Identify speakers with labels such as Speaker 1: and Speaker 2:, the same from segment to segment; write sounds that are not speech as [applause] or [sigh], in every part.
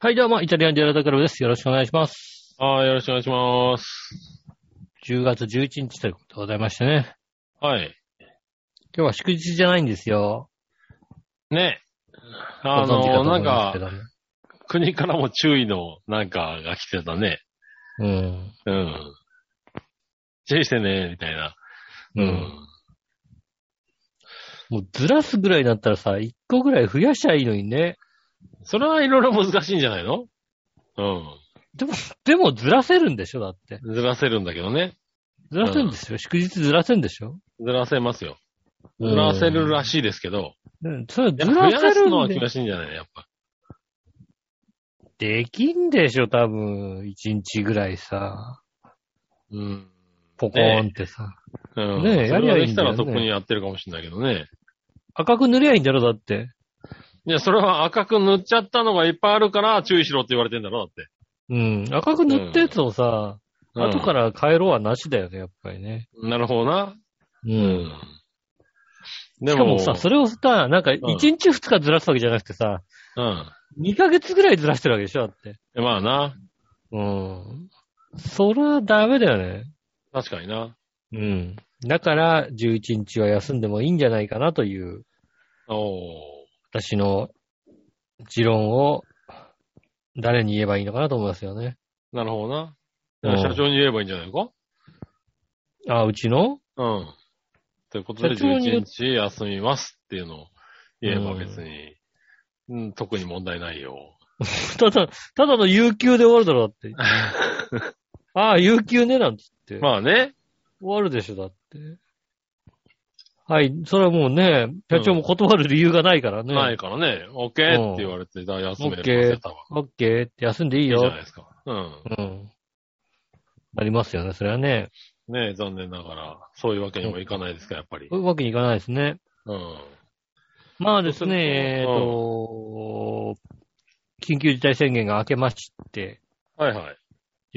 Speaker 1: はい、どうも、イタリアンディアラタクラブです。よろしくお願いします。
Speaker 2: はい、よろしくお願いします。
Speaker 1: 10月11日ということでございましてね。
Speaker 2: はい。
Speaker 1: 今日は祝日じゃないんですよ。
Speaker 2: ね。あ
Speaker 1: ご存知かと思
Speaker 2: の、ないん
Speaker 1: ますけ、
Speaker 2: か
Speaker 1: どね
Speaker 2: 国からも注意のなんかが来てたね。
Speaker 1: うん。
Speaker 2: うん。注意してね、みたいな。
Speaker 1: う。。
Speaker 2: うん
Speaker 1: もうずらすぐらいだったらさ、1個ぐらい増やしちゃいいのにね。
Speaker 2: それはいろいろ難しいんじゃないのう
Speaker 1: でも、でもずらせるんでしょだって。
Speaker 2: ん。ずらせるんだけどね。
Speaker 1: ずらせるんですよ。祝日ずらせるんでしょ
Speaker 2: ずらせますよ。ずらせるら
Speaker 1: しい。
Speaker 2: しいですけど。
Speaker 1: うん、それず
Speaker 2: やっぱ
Speaker 1: ら
Speaker 2: 増
Speaker 1: せ
Speaker 2: やす
Speaker 1: る
Speaker 2: のは
Speaker 1: んで
Speaker 2: 厳しいんじゃないのやっぱ。
Speaker 1: できんでしょ多分、1日ぐらいさ。
Speaker 2: うん。
Speaker 1: ポコーンってさ。
Speaker 2: うん。
Speaker 1: ねえ
Speaker 2: それ
Speaker 1: や
Speaker 2: が
Speaker 1: りゃい
Speaker 2: で
Speaker 1: いん
Speaker 2: き
Speaker 1: だ
Speaker 2: た
Speaker 1: よね
Speaker 2: らとっくにやってるかもしれないけどね。
Speaker 1: 赤く塗りゃいいんだろだって。
Speaker 2: いや、それは赤く塗っちゃったのがいっぱいあるから注意しろって言われてんだろ、だって。
Speaker 1: うん。赤く塗ったやつをさ、
Speaker 2: うん
Speaker 1: 後から変えろはなしだよね、やっぱりね。
Speaker 2: なるほどな。
Speaker 1: う。。
Speaker 2: うんで
Speaker 1: しかもさ、それをさ、なんか1日2日ずらすわけじゃなくてさ、
Speaker 2: うん。
Speaker 1: 2ヶ月ぐらいずらしてるわけでしょだって。
Speaker 2: えまあな。
Speaker 1: うん。それはダメだよね。
Speaker 2: 確かにな。
Speaker 1: うん。だから、11日は休んでもいいんじゃないかなという、
Speaker 2: おー。
Speaker 1: 私の持論を、誰に言えばいいのかなと思いますよね。
Speaker 2: なるほどな。
Speaker 1: うん
Speaker 2: 社長に言えばいいんじゃないか
Speaker 1: あ、うちの [laughs]
Speaker 2: うん。ということで、
Speaker 1: 社長に言う
Speaker 2: 11日休みますっていうのを言えば
Speaker 1: うん
Speaker 2: 別に、うん、特に問題ないよ。
Speaker 1: ただ、ただの有給で終わるだろ、だ
Speaker 2: [laughs]
Speaker 1: って。ああ、有給ね、なんつって。
Speaker 2: まあね。
Speaker 1: 終わるでしょ、だって。はい、それはもうね、社長も断る理由がないからね。
Speaker 2: ないからね。OK って言われて、だから休めるかセタは。
Speaker 1: オッケーって休んでいい
Speaker 2: いいじゃない
Speaker 1: よ。
Speaker 2: ですか。うん。
Speaker 1: うん。ありますよね、それはね。
Speaker 2: ねえ残念ながら、そういうわけにもいかないですか、やっぱり
Speaker 1: そ。ういうわけにいかないですね。
Speaker 2: うん。
Speaker 1: まあですね、えっ、と、緊急事態宣言が明けまして、
Speaker 2: はいはい。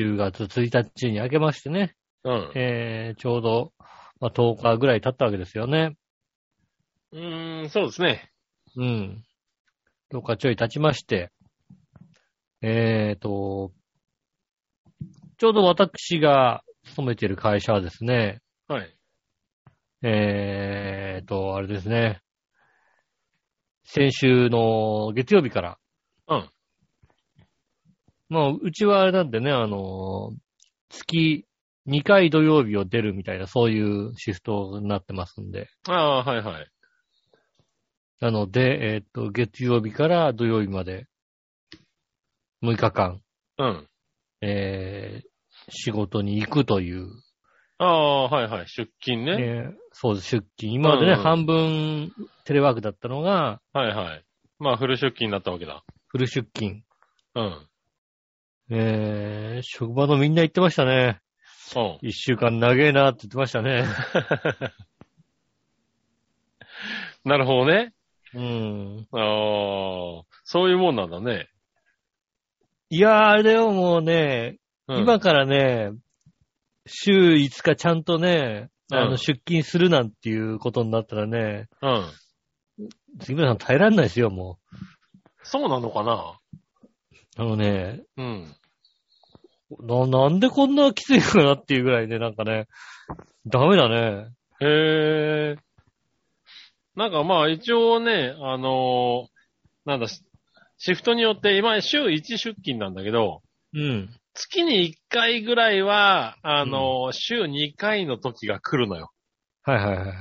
Speaker 1: 10月1日に明けましてね、
Speaker 2: うん。
Speaker 1: えー、ちょうど、まあ、10日ぐらい経ったわけですよね。
Speaker 2: うーん、そうですね。
Speaker 1: うん。10日ちょい経ちまして、えっ、と、ちょうど私が勤めている会社はですね、
Speaker 2: はい。
Speaker 1: えっ、と、あれですね、先週の月曜日から、
Speaker 2: うん。
Speaker 1: まあ、うちはあれなんでね、あの、月2回土曜日を出るみたいな、そういうシフトになってますんで。
Speaker 2: ああ、はいはい。
Speaker 1: なので、えっ、と、月曜日から土曜日まで、6日間、
Speaker 2: うん。
Speaker 1: えー仕事に行くという、
Speaker 2: ああ、はいはい。出勤ね。
Speaker 1: えーそうです、出勤。今までね、
Speaker 2: うんうん
Speaker 1: 半分テレワークだったのが、
Speaker 2: はいはい。まあ、フル出勤になったわけだ。
Speaker 1: フル出勤。
Speaker 2: うん。
Speaker 1: えー職場のみんな言ってましたね。
Speaker 2: そ
Speaker 1: 一週間長えなって言ってました
Speaker 2: [laughs]
Speaker 1: ね。
Speaker 2: う。なるほどね。
Speaker 1: うん。
Speaker 2: ああ、そういうもんなんだね。
Speaker 1: いやー、あれだよ、もうね、
Speaker 2: うん、
Speaker 1: 今からね、週5日ちゃんとね、あ
Speaker 2: う
Speaker 1: の、
Speaker 2: ん
Speaker 1: 出勤するなんていうことになったらね、
Speaker 2: うん。
Speaker 1: 杉村さん耐えられないですよ、も
Speaker 2: そうなのかな
Speaker 1: う。あのね、
Speaker 2: うん。
Speaker 1: な、なんでこんなきついのかなっていうぐらいね、なんかね、ダメだね。
Speaker 2: へえ。なんかまあ、一応ね、あのーなんだ、シシフトによって、今、週1出勤なんだけど、
Speaker 1: うん。
Speaker 2: 月に1回ぐらいは、あの、週2回の時が来るのよ。
Speaker 1: はいはいはい。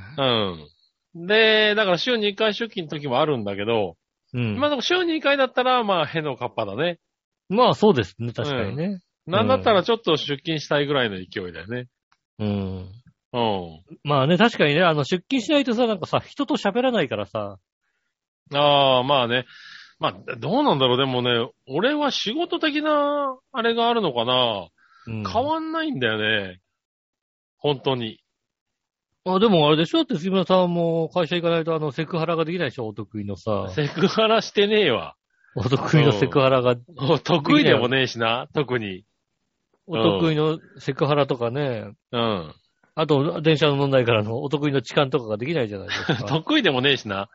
Speaker 2: うん。で、だから週2回出勤の時もあるんだけど、
Speaker 1: うん。
Speaker 2: まあでも週2回だったら、まあ、へのかっぱだね。
Speaker 1: まあそうですね、確かにね。
Speaker 2: なんだったらちょっと出勤したいぐらいの勢いだよね。
Speaker 1: うん。
Speaker 2: う
Speaker 1: まあね、確かにね、あの、出勤しないとさ、なんかさ、人と喋らないからさ、
Speaker 2: ん。ああ、まあね。まあ、どうなんだろう。でもね、俺は仕事的な、あれがあるのかな。
Speaker 1: うん
Speaker 2: 変わんないんだよね。本当に。
Speaker 1: あ、でもあれでしょだって杉村さんも会社行かないと、あの、セクハラができないでしょお得意のさ、
Speaker 2: セクハラしてねえわ。
Speaker 1: お得意のセクハラが、
Speaker 2: 得意でもねえしな、特に。
Speaker 1: お得意のセクハラとかね、
Speaker 2: うん。
Speaker 1: [laughs] あと、電車の問題からのお得意の痴漢とかができないじゃないですか。
Speaker 2: 得意でもねえしな。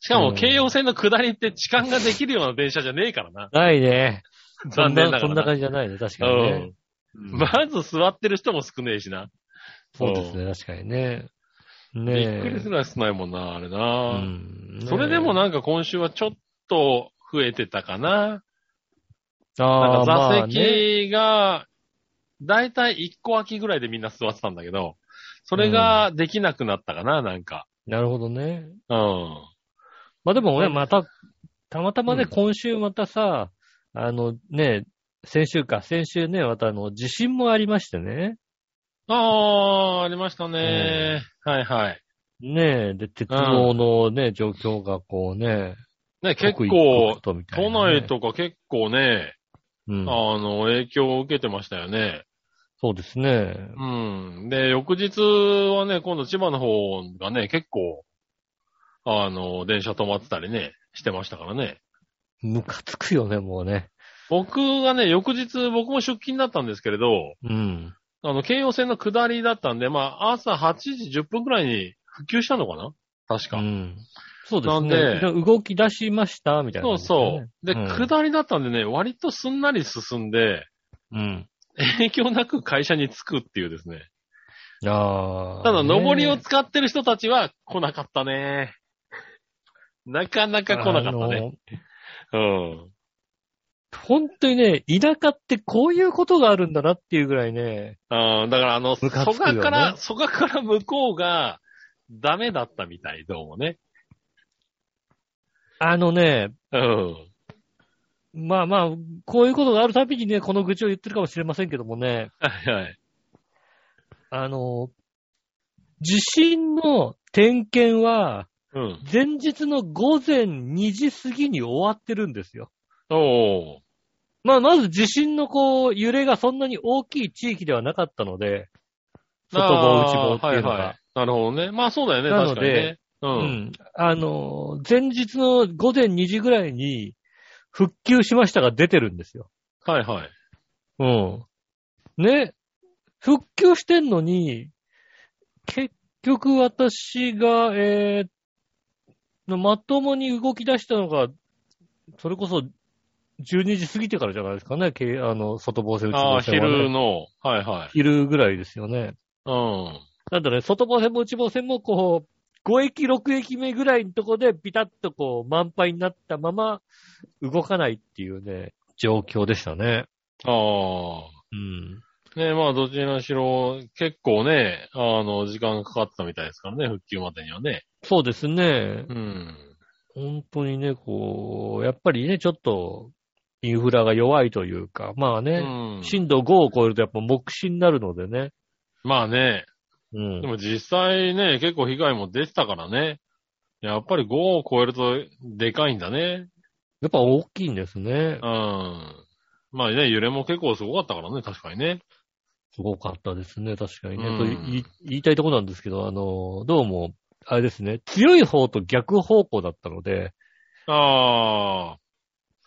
Speaker 2: しか
Speaker 1: う
Speaker 2: も
Speaker 1: ん
Speaker 2: 京葉線の下りって痴漢ができるような電車じゃねえからな。
Speaker 1: ないね。そ
Speaker 2: 残
Speaker 1: ん
Speaker 2: 念
Speaker 1: な、
Speaker 2: ながらな。
Speaker 1: そんな感じじゃないね。確かにね。
Speaker 2: うんまず座ってる人も少ねえしな。
Speaker 1: そうですね、確かにね。ね
Speaker 2: び
Speaker 1: え。
Speaker 2: っくりするぐらい少ないもんな、あれ
Speaker 1: う
Speaker 2: な。
Speaker 1: んねえ
Speaker 2: それでもなんか今週はちょっと増えてたかな。な
Speaker 1: あ
Speaker 2: ん
Speaker 1: ーま
Speaker 2: か座
Speaker 1: あね
Speaker 2: 席が、だいたい1個空きぐらいでみんな座ってたんだけど、それができなくなったかな、なんか。
Speaker 1: なるほどね。
Speaker 2: うん。
Speaker 1: まあでも
Speaker 2: は
Speaker 1: ね、
Speaker 2: い
Speaker 1: また、たまたま
Speaker 2: う
Speaker 1: ね、
Speaker 2: ん
Speaker 1: 今週またさ、あのね、先週か、先週ね、またあの、地震もありましてね。
Speaker 2: ああー、ありましたね。はいはい。
Speaker 1: ねえ、で、鉄道のね、状況がこうね、
Speaker 2: ね、結
Speaker 1: 刻一刻
Speaker 2: 構、
Speaker 1: とみたい
Speaker 2: 都
Speaker 1: なね、
Speaker 2: 内とか結構ね、
Speaker 1: うん、
Speaker 2: あの、影響を受けてましたよね。
Speaker 1: そうですね。
Speaker 2: うん。で、翌日はね、今度千葉の方がね、結構、あの、電車止まってたりね、してましたからね。
Speaker 1: ムカつくよね、もうね。
Speaker 2: 僕がね、翌日僕も出勤だったんですけれど、
Speaker 1: うん。
Speaker 2: あの、京葉線の下りだったんで、まあ、朝8時10分くらいに復旧したのかな確
Speaker 1: う
Speaker 2: か。
Speaker 1: ん。そうですね。
Speaker 2: な
Speaker 1: 動き出しました、みたいな
Speaker 2: そ
Speaker 1: 感
Speaker 2: う
Speaker 1: じだよね、
Speaker 2: そう。で、
Speaker 1: うん
Speaker 2: 下りだったんでね、割とすんなり進んで、
Speaker 1: うん。
Speaker 2: 影響なく会社に着くっていうですね。
Speaker 1: ああ。
Speaker 2: ただ、
Speaker 1: ね
Speaker 2: 上りを使ってる人たちは来なかったね。なかなか来なかったね。うん。
Speaker 1: 本当にね、田舎ってこういうことがあるんだなっていうぐらいね、
Speaker 2: あーだから、あの、蘇
Speaker 1: ムカつくよね
Speaker 2: 我から、蘇我から向こうが、ダメだったみたい、どうもね。
Speaker 1: あのね、
Speaker 2: うん。
Speaker 1: まあまあ、こういうことがあるたびにね、この愚痴を言ってるかもしれませんけどもね、
Speaker 2: はいはい。
Speaker 1: あの、地震の点検は、
Speaker 2: うん。
Speaker 1: 前日の午前2時過ぎに終わってるんですよ。
Speaker 2: おー。
Speaker 1: まあ、まず地震のこう、揺れがそんなに大きい地域ではなかったので、外棒、内棒っていうのが。
Speaker 2: あーはいはいなるほどね。まあそうだよね、
Speaker 1: な
Speaker 2: 確
Speaker 1: の
Speaker 2: かにね
Speaker 1: で。
Speaker 2: う。
Speaker 1: うんん。あの、前日の午前2時ぐらいに、復旧しましたが出てるんですよ。
Speaker 2: はいはい。
Speaker 1: うん。ね。復旧してんのに、結局私が、えー、まともに動き出したのが、それこそ、12時過ぎてからじゃないですかね、けあの、外房線、内
Speaker 2: ああ、
Speaker 1: 房線は、ね。
Speaker 2: 昼の、はいはい。
Speaker 1: 昼ぐらいですよね。
Speaker 2: うん。
Speaker 1: なんだね、外房線も内房線も、こう、5駅、6駅目ぐらいのとこで、ビタッとこう、満杯になったまま、動かないっていうね、状況でしたね。うん。
Speaker 2: ああ。ねまあどちらにしろ、結構ね、あの、時間がかかったみたいですからね、復旧までにはね。
Speaker 1: そうですね。
Speaker 2: うん。
Speaker 1: 本当にね、こう、やっぱりね、ちょっと、インフラが弱いというか、まあ
Speaker 2: う
Speaker 1: ね、
Speaker 2: ん。
Speaker 1: 震度5を超えるとやっぱ目視になるのでね。
Speaker 2: まあね、
Speaker 1: うん
Speaker 2: で。も実際ね、結構被害も出てたからね。やっぱり5を超えると、でかいんだね。
Speaker 1: やっぱ大きいんですね
Speaker 2: う。ん。まあね、揺れも結構すごかったからね、確かにね。
Speaker 1: すごかったですね、確かにね。
Speaker 2: うん
Speaker 1: と言い言いたいとこなんですけど、あの、どうも、あれですね、強い方と逆方向だったので、
Speaker 2: ああ。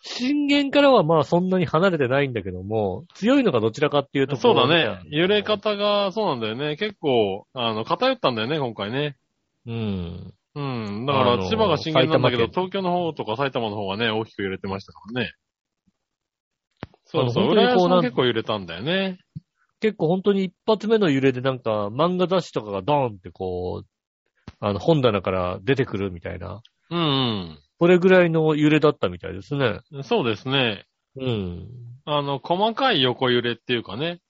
Speaker 1: 震源からはまあそんなに離れてないんだけども、強いのがどちらかっていうと
Speaker 2: そう
Speaker 1: ころ
Speaker 2: だね。揺れ。方が、そうなんだよね。結構、あの、偏ったんだよね、今回ね。
Speaker 1: うん。
Speaker 2: うん。だか
Speaker 1: あ
Speaker 2: ら、
Speaker 1: の
Speaker 2: 千葉が震源なんだけど、
Speaker 1: 埼
Speaker 2: 東京の方とか埼玉の方がね、大きく揺れてましたからね。そうそ
Speaker 1: あ
Speaker 2: う。
Speaker 1: の本当
Speaker 2: 浦
Speaker 1: に
Speaker 2: 安
Speaker 1: こうな
Speaker 2: も
Speaker 1: ん
Speaker 2: 結構揺れたんだよね。
Speaker 1: 結構本当に一発目の揺れでなんか漫画雑誌とかがドーンってこう、あの本棚から出てくるみたいな、
Speaker 2: うん
Speaker 1: それぐらいの揺れだったみたいですね。
Speaker 2: うん。そうですね。
Speaker 1: うん。
Speaker 2: あの、細かい横揺れっていうかね。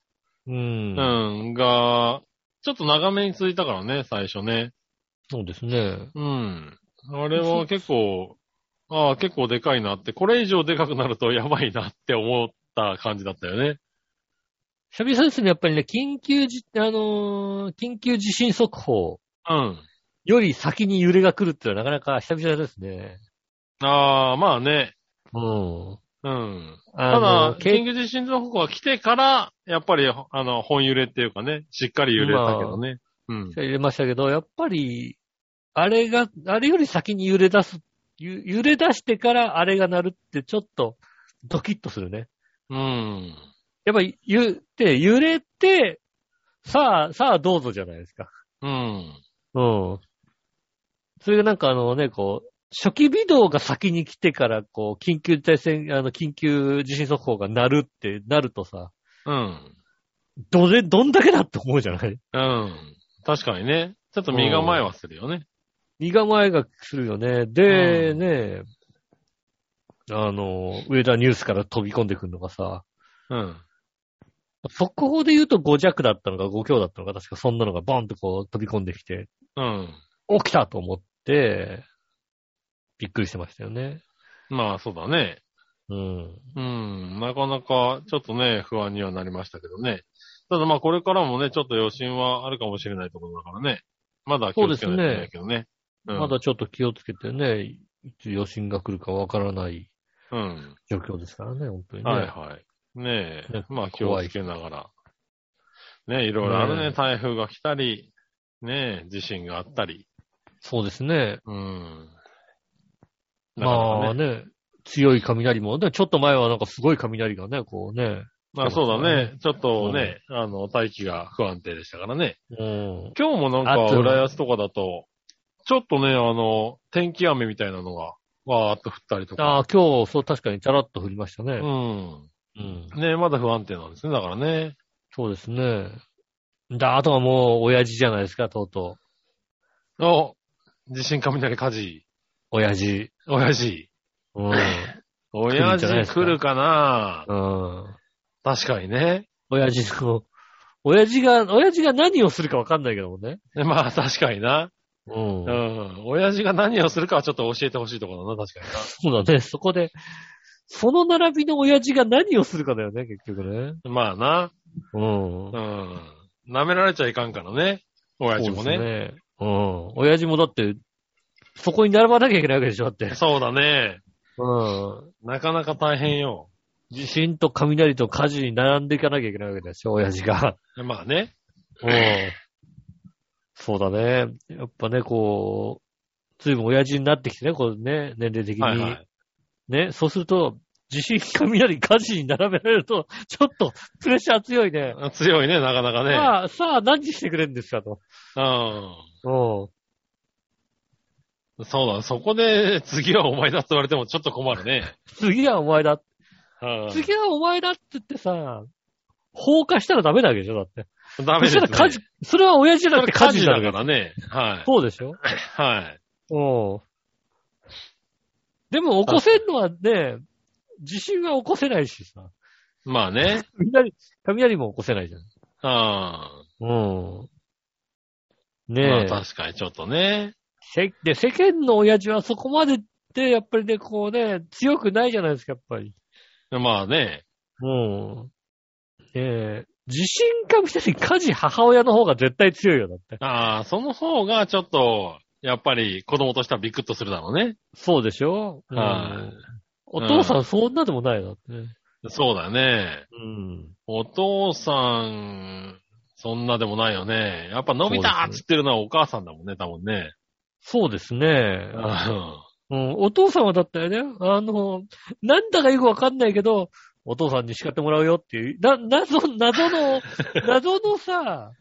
Speaker 1: うん。
Speaker 2: うん。が、ちょっと長めに続いたからね、最初ね。
Speaker 1: そうですね。
Speaker 2: うん。あれは結構、 [laughs] ああ、結構でかいなって、これ以上でかくなるとやばいなって思った感じだったよね。
Speaker 1: 久々ですね、やっぱりね、緊急じ、あのー緊急地震速報
Speaker 2: うん。
Speaker 1: より先に揺れが来るってのはなかなか久々ですね。
Speaker 2: ああ、まあね。
Speaker 1: うん。
Speaker 2: うん。た
Speaker 1: あ
Speaker 2: だ
Speaker 1: の、、
Speaker 2: 緊
Speaker 1: け
Speaker 2: 急地震速報が来てから、やっぱり、あの、本揺れっていうかね、しっかり揺れたけどね。うん。
Speaker 1: 入れましたけど、やっぱり、あれが、あれより先に揺れ出す、ゆ揺れ出してからあれが鳴るってちょっとドキッとするね。
Speaker 2: うん。
Speaker 1: やっぱり言って、揺れて、さあ、さあどうぞじゃないですか。
Speaker 2: うん。
Speaker 1: うん。それがなんかあのね、こう、初期微動が先に来てから、こう、緊急事態宣、あの、緊急地震速報が鳴るってなるとさ、
Speaker 2: うん。
Speaker 1: どれ、どんだけだって思うじゃない
Speaker 2: うん。確かにね。ちょっと身構えはするよね。
Speaker 1: 身構えがするよね。で、
Speaker 2: うん
Speaker 1: ね、あの、ウェザーニュースから飛び込んでくるのがさ、
Speaker 2: うん。
Speaker 1: 速報で言うと5弱だったのか5強だったのか、確かそんなのがバンとこう飛び込んできて、
Speaker 2: うん。
Speaker 1: 起きたと思って、びっくりしてましたよね。
Speaker 2: まあ、そうだね。
Speaker 1: うん。
Speaker 2: うん。なかなか、ちょっとね、不安にはなりましたけどね。ただまあ、これからもね、ちょっと余震はあるかもしれないところだからね。まだ気をつけないといけないけどね。うん
Speaker 1: まだちょっと気をつけてね、いつ余震が来るかわからない
Speaker 2: うん。
Speaker 1: 状況ですからね、本当にね。
Speaker 2: はいはい。ねえ
Speaker 1: ね。
Speaker 2: まあ、気をつけながら。ねいろいろある
Speaker 1: ねえ
Speaker 2: ね。台風が来たり、ねえ、地震があったり。
Speaker 1: そうですね。
Speaker 2: うん。だから
Speaker 1: まあね、強い雷も、ね、ちょっと前はなんかすごい雷がね、こうね、
Speaker 2: まあそうだね。ちょっとね
Speaker 1: ね、
Speaker 2: あの、大気が不安定でしたからね。
Speaker 1: うん。
Speaker 2: 今日もなん
Speaker 1: あ
Speaker 2: か、
Speaker 1: と
Speaker 2: 浦安とかだと、ちょっとね、あの、天気雨みたいなのが、わーっと降ったりとか。
Speaker 1: ああ、今日、そう、確かにチャラッと降りました
Speaker 2: う
Speaker 1: ね。
Speaker 2: ん。
Speaker 1: うん。
Speaker 2: ねまだ不安定なんですね。だからね。
Speaker 1: そうですね。だ、あとはもう、親父じゃないですか、とうと
Speaker 2: お地震雷火事。
Speaker 1: う。親父。
Speaker 2: 親父。 [laughs]
Speaker 1: うん。
Speaker 2: 親
Speaker 1: んじゃないで
Speaker 2: 父
Speaker 1: すか
Speaker 2: 来るかな
Speaker 1: うん。
Speaker 2: 確かにね。
Speaker 1: 親父の、親父が、親父が何をするかわかんないけどもね。
Speaker 2: ねまあ確かにな。
Speaker 1: う。
Speaker 2: うんん。親父が何をするかはちょっと教えてほしいところだな。確かにな。
Speaker 1: そうだね、 [laughs] そこで、その並びの親父が何をするかだよね、結局ね。
Speaker 2: まあな。
Speaker 1: うん。
Speaker 2: うん。舐められちゃいかんからね。親父も
Speaker 1: そうです
Speaker 2: ね。
Speaker 1: ね。うん。親父もだって、そこに並ばなきゃいけないわけでしょ、だって。
Speaker 2: そうだね。
Speaker 1: うん。
Speaker 2: なかなか大変よ。
Speaker 1: 地震と雷と火事に並んでいかなきゃいけないわけでしょ、親父が。
Speaker 2: まあね。
Speaker 1: うん。そうだね。やっぱね、こう、ずいぶん親父になってきてね、こうね、年齢的に。
Speaker 2: はいはい。
Speaker 1: ね、そうすると、地震、雷、火事に並べられると、ちょっとプレッシャー強いね。
Speaker 2: [laughs] 強いね、なかなかね。
Speaker 1: さあ、さあ、何してくれるんですかと。うん。
Speaker 2: うん。そうだ、そこで、 [laughs] 次はお前だって言われてもちょっと困る
Speaker 1: [laughs]
Speaker 2: ね。
Speaker 1: 次はお前だ。
Speaker 2: うん
Speaker 1: 次はお前だって言ってさ、放火したらダメなわけでしょだって。
Speaker 2: ダメです、ね。
Speaker 1: そしたら火事、それは親父じゃな
Speaker 2: そ
Speaker 1: く
Speaker 2: れ
Speaker 1: て
Speaker 2: [laughs] 火
Speaker 1: 火事
Speaker 2: 事
Speaker 1: だか。
Speaker 2: だかららね。はい。
Speaker 1: そうでしょ
Speaker 2: はい。
Speaker 1: うん。でも起こせんのはね、地震は起こせないしさ。
Speaker 2: まあね。
Speaker 1: 雷、雷も起こせないじゃん。
Speaker 2: う
Speaker 1: うん。
Speaker 2: ん。まあ
Speaker 1: ねえ。
Speaker 2: 確かにちょっとね。
Speaker 1: せで、世間の親父はそこまでって、やっぱりね、こうね、強くないじゃないですか、やっぱり。
Speaker 2: まあね。
Speaker 1: うん。ねえ。地震かみたいに家事母親の方が絶対強いよ、だって。
Speaker 2: ああ、その方がちょっと、やっぱり子供としてはビクッとするだろうね。
Speaker 1: そうでしょう
Speaker 2: はい
Speaker 1: ん。お父さんそんなでもないだってね。
Speaker 2: そうだね。
Speaker 1: うん。
Speaker 2: お父さん、そんなでもないよね。やっぱ伸びた
Speaker 1: そう
Speaker 2: っ
Speaker 1: ですね
Speaker 2: つってるのはお母さんだもんね、多分ね。
Speaker 1: そうですね
Speaker 2: う。
Speaker 1: う
Speaker 2: ん。
Speaker 1: ん。お父さんはだったよね。あの、なんだかよくわかんないけど、お父さんに叱ってもらうよっていう、な、謎、謎 [laughs] の、謎のさ、あ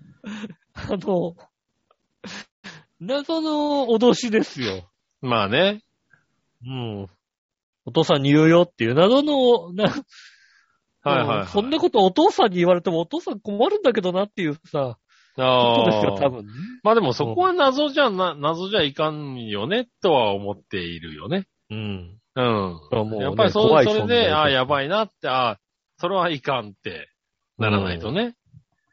Speaker 1: の、謎の脅しですよ。
Speaker 2: まあね。
Speaker 1: うん。お父さんに言うよっていう謎の、な、
Speaker 2: はいはい、はい。
Speaker 1: そんなことお父さんに言われてもお父さん困るんだけどなっていうさ、ことですよ、
Speaker 2: あ
Speaker 1: 多
Speaker 2: あ。
Speaker 1: 分ね。
Speaker 2: まあでもそこは謎じゃな、謎じゃいかんよね、とは思っているよね。
Speaker 1: うん。
Speaker 2: うん。
Speaker 1: もうね
Speaker 2: やっぱりそう、
Speaker 1: 怖い
Speaker 2: それ
Speaker 1: 存在
Speaker 2: で、ああ、
Speaker 1: す
Speaker 2: やばいなって、ああ、それはいかんって、ならないとね、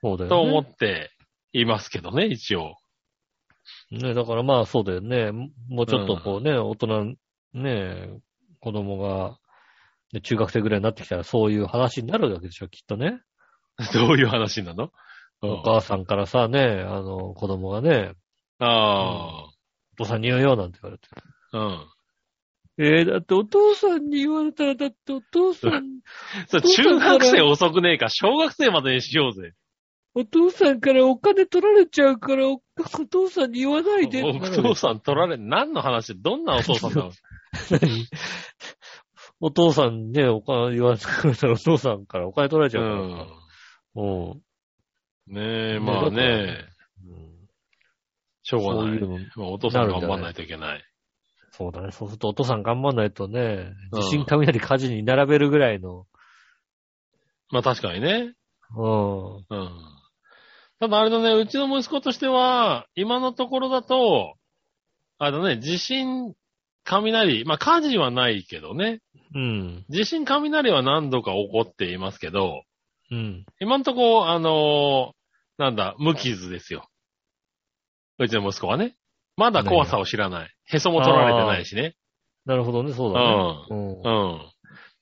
Speaker 1: そうだよね。
Speaker 2: と思っていますけどね、一応。 [laughs]
Speaker 1: ね、だからまあそうだよね。ももうちょっとこうね、大人、ね、子供が、ね中学生ぐらいになってきたらそういう話になるわけでしょ、きっとね。
Speaker 2: どういう話なのうん
Speaker 1: お母さんからさ、ね、あの、子供がね、
Speaker 2: あ
Speaker 1: お父さんに言うよなんて言われて。
Speaker 2: あ、うん。
Speaker 1: えー、だってお父さんに言われたら、だってお父さん、
Speaker 2: それ中学生遅くねえか、小学生までにしようぜ。
Speaker 1: お父さんからお金取られちゃうから、おお父さんに言わないで。
Speaker 2: お父さん取られ、何の話どんなお父さん
Speaker 1: [laughs]
Speaker 2: だろう
Speaker 1: お父さんにね、お金言われたらお父さんからお金取られちゃうからさ。うん
Speaker 2: うん。ねえ、ま
Speaker 1: ねだから
Speaker 2: あね、しょう
Speaker 1: そ
Speaker 2: が
Speaker 1: う
Speaker 2: ない
Speaker 1: い。うの
Speaker 2: まあお父さん頑張んないといけない。
Speaker 1: そうだね。そうするとお父さん頑張んないとね、
Speaker 2: うん
Speaker 1: 地震、雷、火事に並べるぐらいの。
Speaker 2: まあ確かにね。
Speaker 1: うん。
Speaker 2: うん。ただあれだね、うちの息子としては、今のところだと、あのね、地震、雷、まあ火事はないけどね、
Speaker 1: うん。
Speaker 2: 地震、雷は何度か起こっていますけど、
Speaker 1: うん。
Speaker 2: 今んとこ、あのーなんだ、無傷ですよ。うちの息子はね。まだ怖さを知らない。へそも取られてないしね。
Speaker 1: なるほどね、そう
Speaker 2: う
Speaker 1: だね。
Speaker 2: ん。
Speaker 1: うん。
Speaker 2: うん。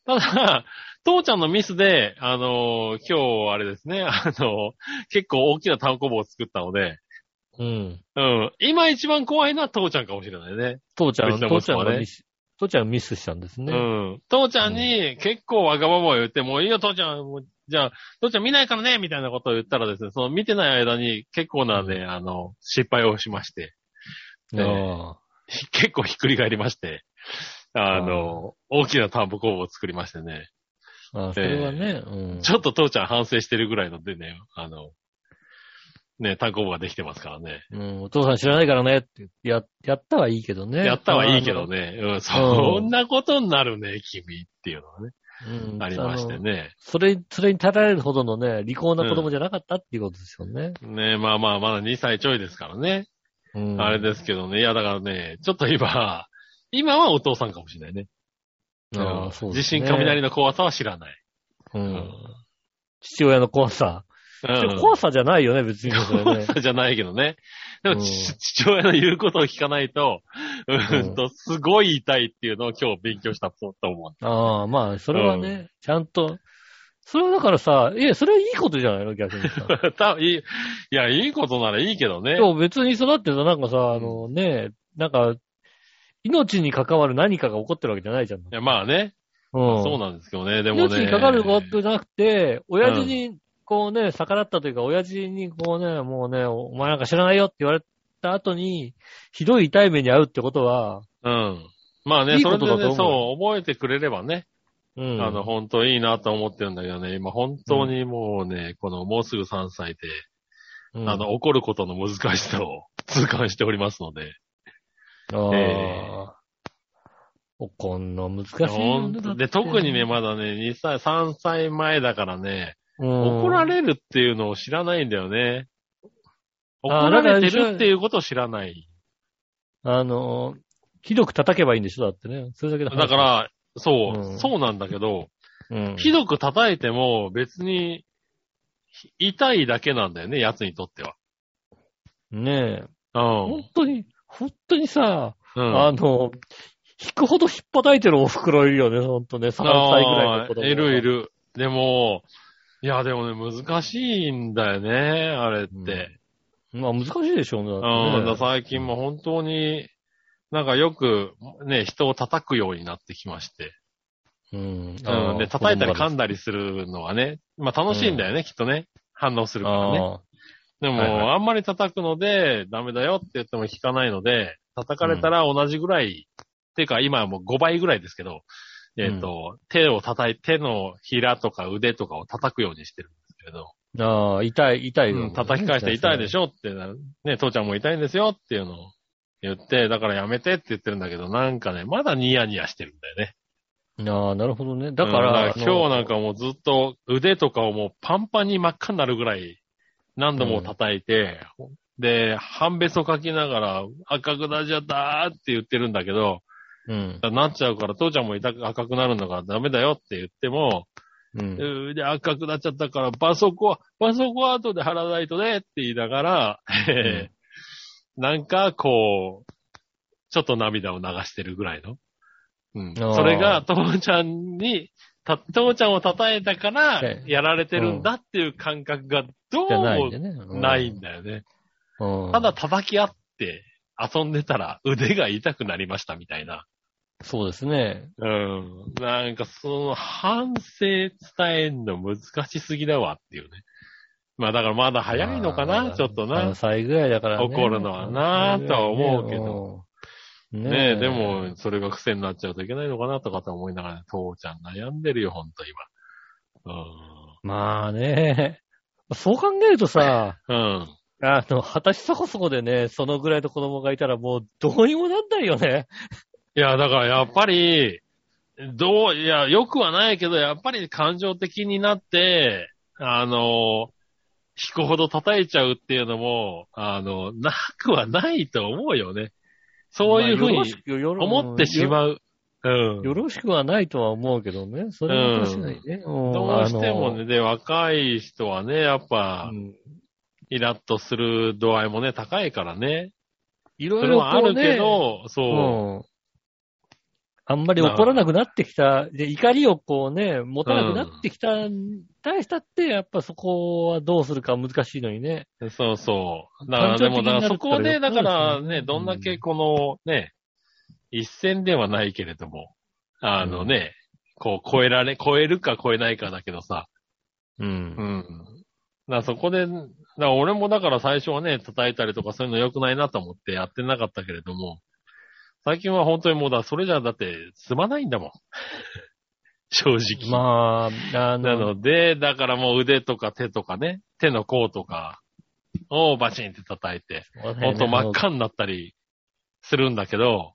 Speaker 2: ただ、父ちゃんのミスで、あのー今日、あれですね、 [laughs] あのー結構大きな単行棒を作ったので、
Speaker 1: うん。
Speaker 2: うん。今一番怖いのは父ちゃんかもしれないね。
Speaker 1: 父ちゃ、
Speaker 2: うんちの
Speaker 1: 父
Speaker 2: 息
Speaker 1: ち
Speaker 2: 子
Speaker 1: ゃん
Speaker 2: はね
Speaker 1: がミス、父ちゃんがミスしたんです
Speaker 2: う
Speaker 1: ね。
Speaker 2: ん。父ちゃんに結構わがままを言って、もういいよ父ちゃん、もうじゃあ、父ちゃん見ないからね、みたいなことを言ったらですね、その見てない間に結構なね、あの、失敗をしまして、ん
Speaker 1: あ
Speaker 2: 結構ひっくり返りまして、あの、大きな単行棒を作りましてね。
Speaker 1: あああ、それはね、うん。
Speaker 2: ちょっと父ちゃん反省してるぐらいのでね、あの、ね、単行部ができてますからね。
Speaker 1: うん、お父さん知らないからねって、や、やったはいいけどね。
Speaker 2: やったはいいけどね、うん、そんなことになるね、君っていうのがね、
Speaker 1: あの。うん
Speaker 2: ありまして。
Speaker 1: あの
Speaker 2: ね。
Speaker 1: それ、それに耐えられるほどのね、利口な子供じゃなかったっていうことですよね。
Speaker 2: ね、まあまあ、まだ2歳ちょいですからね。
Speaker 1: うん。
Speaker 2: あれですけどね、いやだからね、ちょっと今、今はお父さんかもしれないね。
Speaker 1: あ
Speaker 2: うん
Speaker 1: あ、そうで
Speaker 2: 地
Speaker 1: すね。
Speaker 2: 震、雷の怖さは知らない。
Speaker 1: う。
Speaker 2: うん
Speaker 1: 父親の怖さ。でも
Speaker 2: ん
Speaker 1: 怖さじゃないよね、別にそれ
Speaker 2: 怖 [laughs]
Speaker 1: ね。
Speaker 2: さじゃないけどね。でも、
Speaker 1: う
Speaker 2: ち
Speaker 1: ん
Speaker 2: 父親の言うことを聞かないと、うーんと、すごい痛いっていうのを今日勉強したと思
Speaker 1: ああ、まあ、それはね、ちゃんと。それはだからさ、いや、それはいいことじゃないの、逆
Speaker 2: [laughs]
Speaker 1: にさ。
Speaker 2: う。たいい、いや、いいことならいいけどね
Speaker 1: で。も別に育ってさ、なんかさ、あのね、なんか、命に関わる何かが起こってるわけじゃないじゃん。
Speaker 2: いや、まあね、
Speaker 1: うん。
Speaker 2: そうなんですけどね、でもね。
Speaker 1: 命にかかることじゃなくて、親父に、こうね、逆らったというか、親父にこうね、もうね、お前なんか知らないよって言われた後に、ひどい痛い目に遭うってことは、
Speaker 2: うん。まあ
Speaker 1: い
Speaker 2: ね、
Speaker 1: い
Speaker 2: そ
Speaker 1: こ
Speaker 2: れ
Speaker 1: とだ
Speaker 2: で
Speaker 1: と思
Speaker 2: ね、
Speaker 1: う
Speaker 2: そう、覚えてくれればね、
Speaker 1: うん。
Speaker 2: あの、本当いいなと思ってるんだけどね、今本当にもうね、このもうすぐ3歳で、
Speaker 1: うん、
Speaker 2: あの、怒ることの難しさを [laughs] 痛感しておりますので。
Speaker 1: ああ、
Speaker 2: え
Speaker 1: おこんな難しいよね、だって
Speaker 2: で、特にね、、まだね、2歳、3歳前だからね、怒
Speaker 1: 怒
Speaker 2: ら
Speaker 1: れ
Speaker 2: れるっていうのを知らないんだよね。
Speaker 1: あー
Speaker 2: 怒られてるっていうことを知らない。
Speaker 1: あの、ひどく叩けばいいんでしょだってね。それだけで話
Speaker 2: だから、そう、
Speaker 1: うん
Speaker 2: そうなんだけど、
Speaker 1: うん、
Speaker 2: ひどく叩いても別にひ痛いだけなんだよね、奴にとっては。
Speaker 1: ねえ。
Speaker 2: うん
Speaker 1: 本。当に、本当にさ、
Speaker 2: うん、
Speaker 1: あの、引くほど引っ叩いてるお袋いるよね、ほんとね。3歳ぐらいの子供
Speaker 2: あーいるい。る。でも、いや、でもね、難しいんだよね、あれって。
Speaker 1: まあ難しいでしょうね。だって
Speaker 2: うん、
Speaker 1: ね
Speaker 2: だから最近も本当に、なんかよく、ね、人を叩くようになってきまして。
Speaker 1: うん。あ
Speaker 2: う
Speaker 1: ー
Speaker 2: ん、で、叩いたり
Speaker 1: 子供が
Speaker 2: 噛んだりするのはね、まあ楽しいんだよね、きっとね。反応するからね。
Speaker 1: あ
Speaker 2: でも、
Speaker 1: はいは
Speaker 2: あんまり叩くので、ダメだよって言っても聞かないので、叩かれたら同じぐらい、っていうか今はもう5倍ぐらいですけど、えっ、と、手を叩い、手のひらとか腕とかを叩くようにしてるんですけれど、
Speaker 1: ーあー、痛い、痛い、
Speaker 2: うん叩き返して痛いでし
Speaker 1: ょ。
Speaker 2: ょってな、ね、父ちゃんも痛いんですよっていうのを言って、だからやめてって言ってるんだけど、なんかね、まだニヤニヤしてるんだよね。
Speaker 1: ああ、なるほどね。だ
Speaker 2: うん
Speaker 1: から、
Speaker 2: 今日なん
Speaker 1: あ
Speaker 2: かもうずっと腕とかをもうパンパンに真っ赤になるぐらい何度も叩いて、で、判別を書きながら赤くなっちゃったーって言ってるんだけど、
Speaker 1: の、うん。
Speaker 2: なっちゃうから父ちゃんも痛く赤くなるんだからダメだよって言っても、
Speaker 1: うん。
Speaker 2: うーで赤くなっちゃったから、バソコは、バソコは後で払わないとねって言いながら、えーなんかこう、ちょっと涙を流してるぐらいの。うん。
Speaker 1: あー
Speaker 2: それが、父ちゃんに、た、父ちゃんを叩いたから
Speaker 1: え、え
Speaker 2: やられてるんだっていう感覚がどう
Speaker 1: じゃないん
Speaker 2: も
Speaker 1: でね。うん
Speaker 2: ないんだよね。
Speaker 1: うん
Speaker 2: ただ叩き合って遊んでたら腕が痛くなりましたみたいな。
Speaker 1: そうですね。
Speaker 2: うん。なんか、その、反省伝えんの難しすぎだわっていうね。まあ、だからまだ早いのか
Speaker 1: ま
Speaker 2: な、
Speaker 1: あ
Speaker 2: ちょっと
Speaker 1: 3
Speaker 2: な。
Speaker 1: 歳ぐらいだからね。
Speaker 2: 怒るのはなとは思うけど
Speaker 1: うん。
Speaker 2: ねえ、でも、それが癖になっちゃうといけないのかなとかと思いながら、父ちゃん悩んでるよ、ほんと今。
Speaker 1: まあね。そう考えるとさ、
Speaker 2: うん。うん。
Speaker 1: あの、果たしそこそこでね、そのぐらいの子供がいたらもうどうにもなんないよね。
Speaker 2: いや、だからやっぱり、どう、いや、良くはないけど、やっぱり感情的になって、あの、引くほど叩いちゃうっていうのも、あの、なくはないと思うよね。そういうふうに
Speaker 1: に
Speaker 2: 思ってしまう。うん。
Speaker 1: よろしくはないとは思うけどね。それは確かにね。うん
Speaker 2: どうしてもね、、で、若い人はね、やっ
Speaker 1: あの
Speaker 2: ぱ
Speaker 1: う、ん
Speaker 2: イラッとする度合いもね、高いからね。
Speaker 1: い
Speaker 2: そ
Speaker 1: ろい
Speaker 2: れ
Speaker 1: ろ
Speaker 2: はあ
Speaker 1: こう
Speaker 2: る
Speaker 1: ね
Speaker 2: けど、
Speaker 1: う
Speaker 2: そ
Speaker 1: ん。あんまり怒らなくなってきた、で怒りをこうね、持たなくなってきた、大したって、やっぱそこはどうするか難しいのにね。
Speaker 2: う、そうそう。だか
Speaker 1: 感
Speaker 2: ら、で
Speaker 1: 情的
Speaker 2: も、
Speaker 1: になるっ
Speaker 2: だから
Speaker 1: て
Speaker 2: そこで、
Speaker 1: こと
Speaker 2: だ
Speaker 1: ですね
Speaker 2: から
Speaker 1: う
Speaker 2: ね、
Speaker 1: ん
Speaker 2: どんだけこの、ね、一線ではないけれども、あのね、こう、超えられ、超えるか超えないかだけどさ、
Speaker 1: うん
Speaker 2: う。ん。だからそこで、だから俺もだから最初はね、叩いたりとかそういうの良くないなと思ってやってなかったけれども、最近は本当にもうだ、それじゃだって済まないんだもん。 [laughs] 正直。
Speaker 1: まあ、あ
Speaker 2: な
Speaker 1: の、
Speaker 2: ので、だからもう腕とか手とかね、手の甲とかをバチンって叩いて、ほんと真っ赤になったりするんだけど、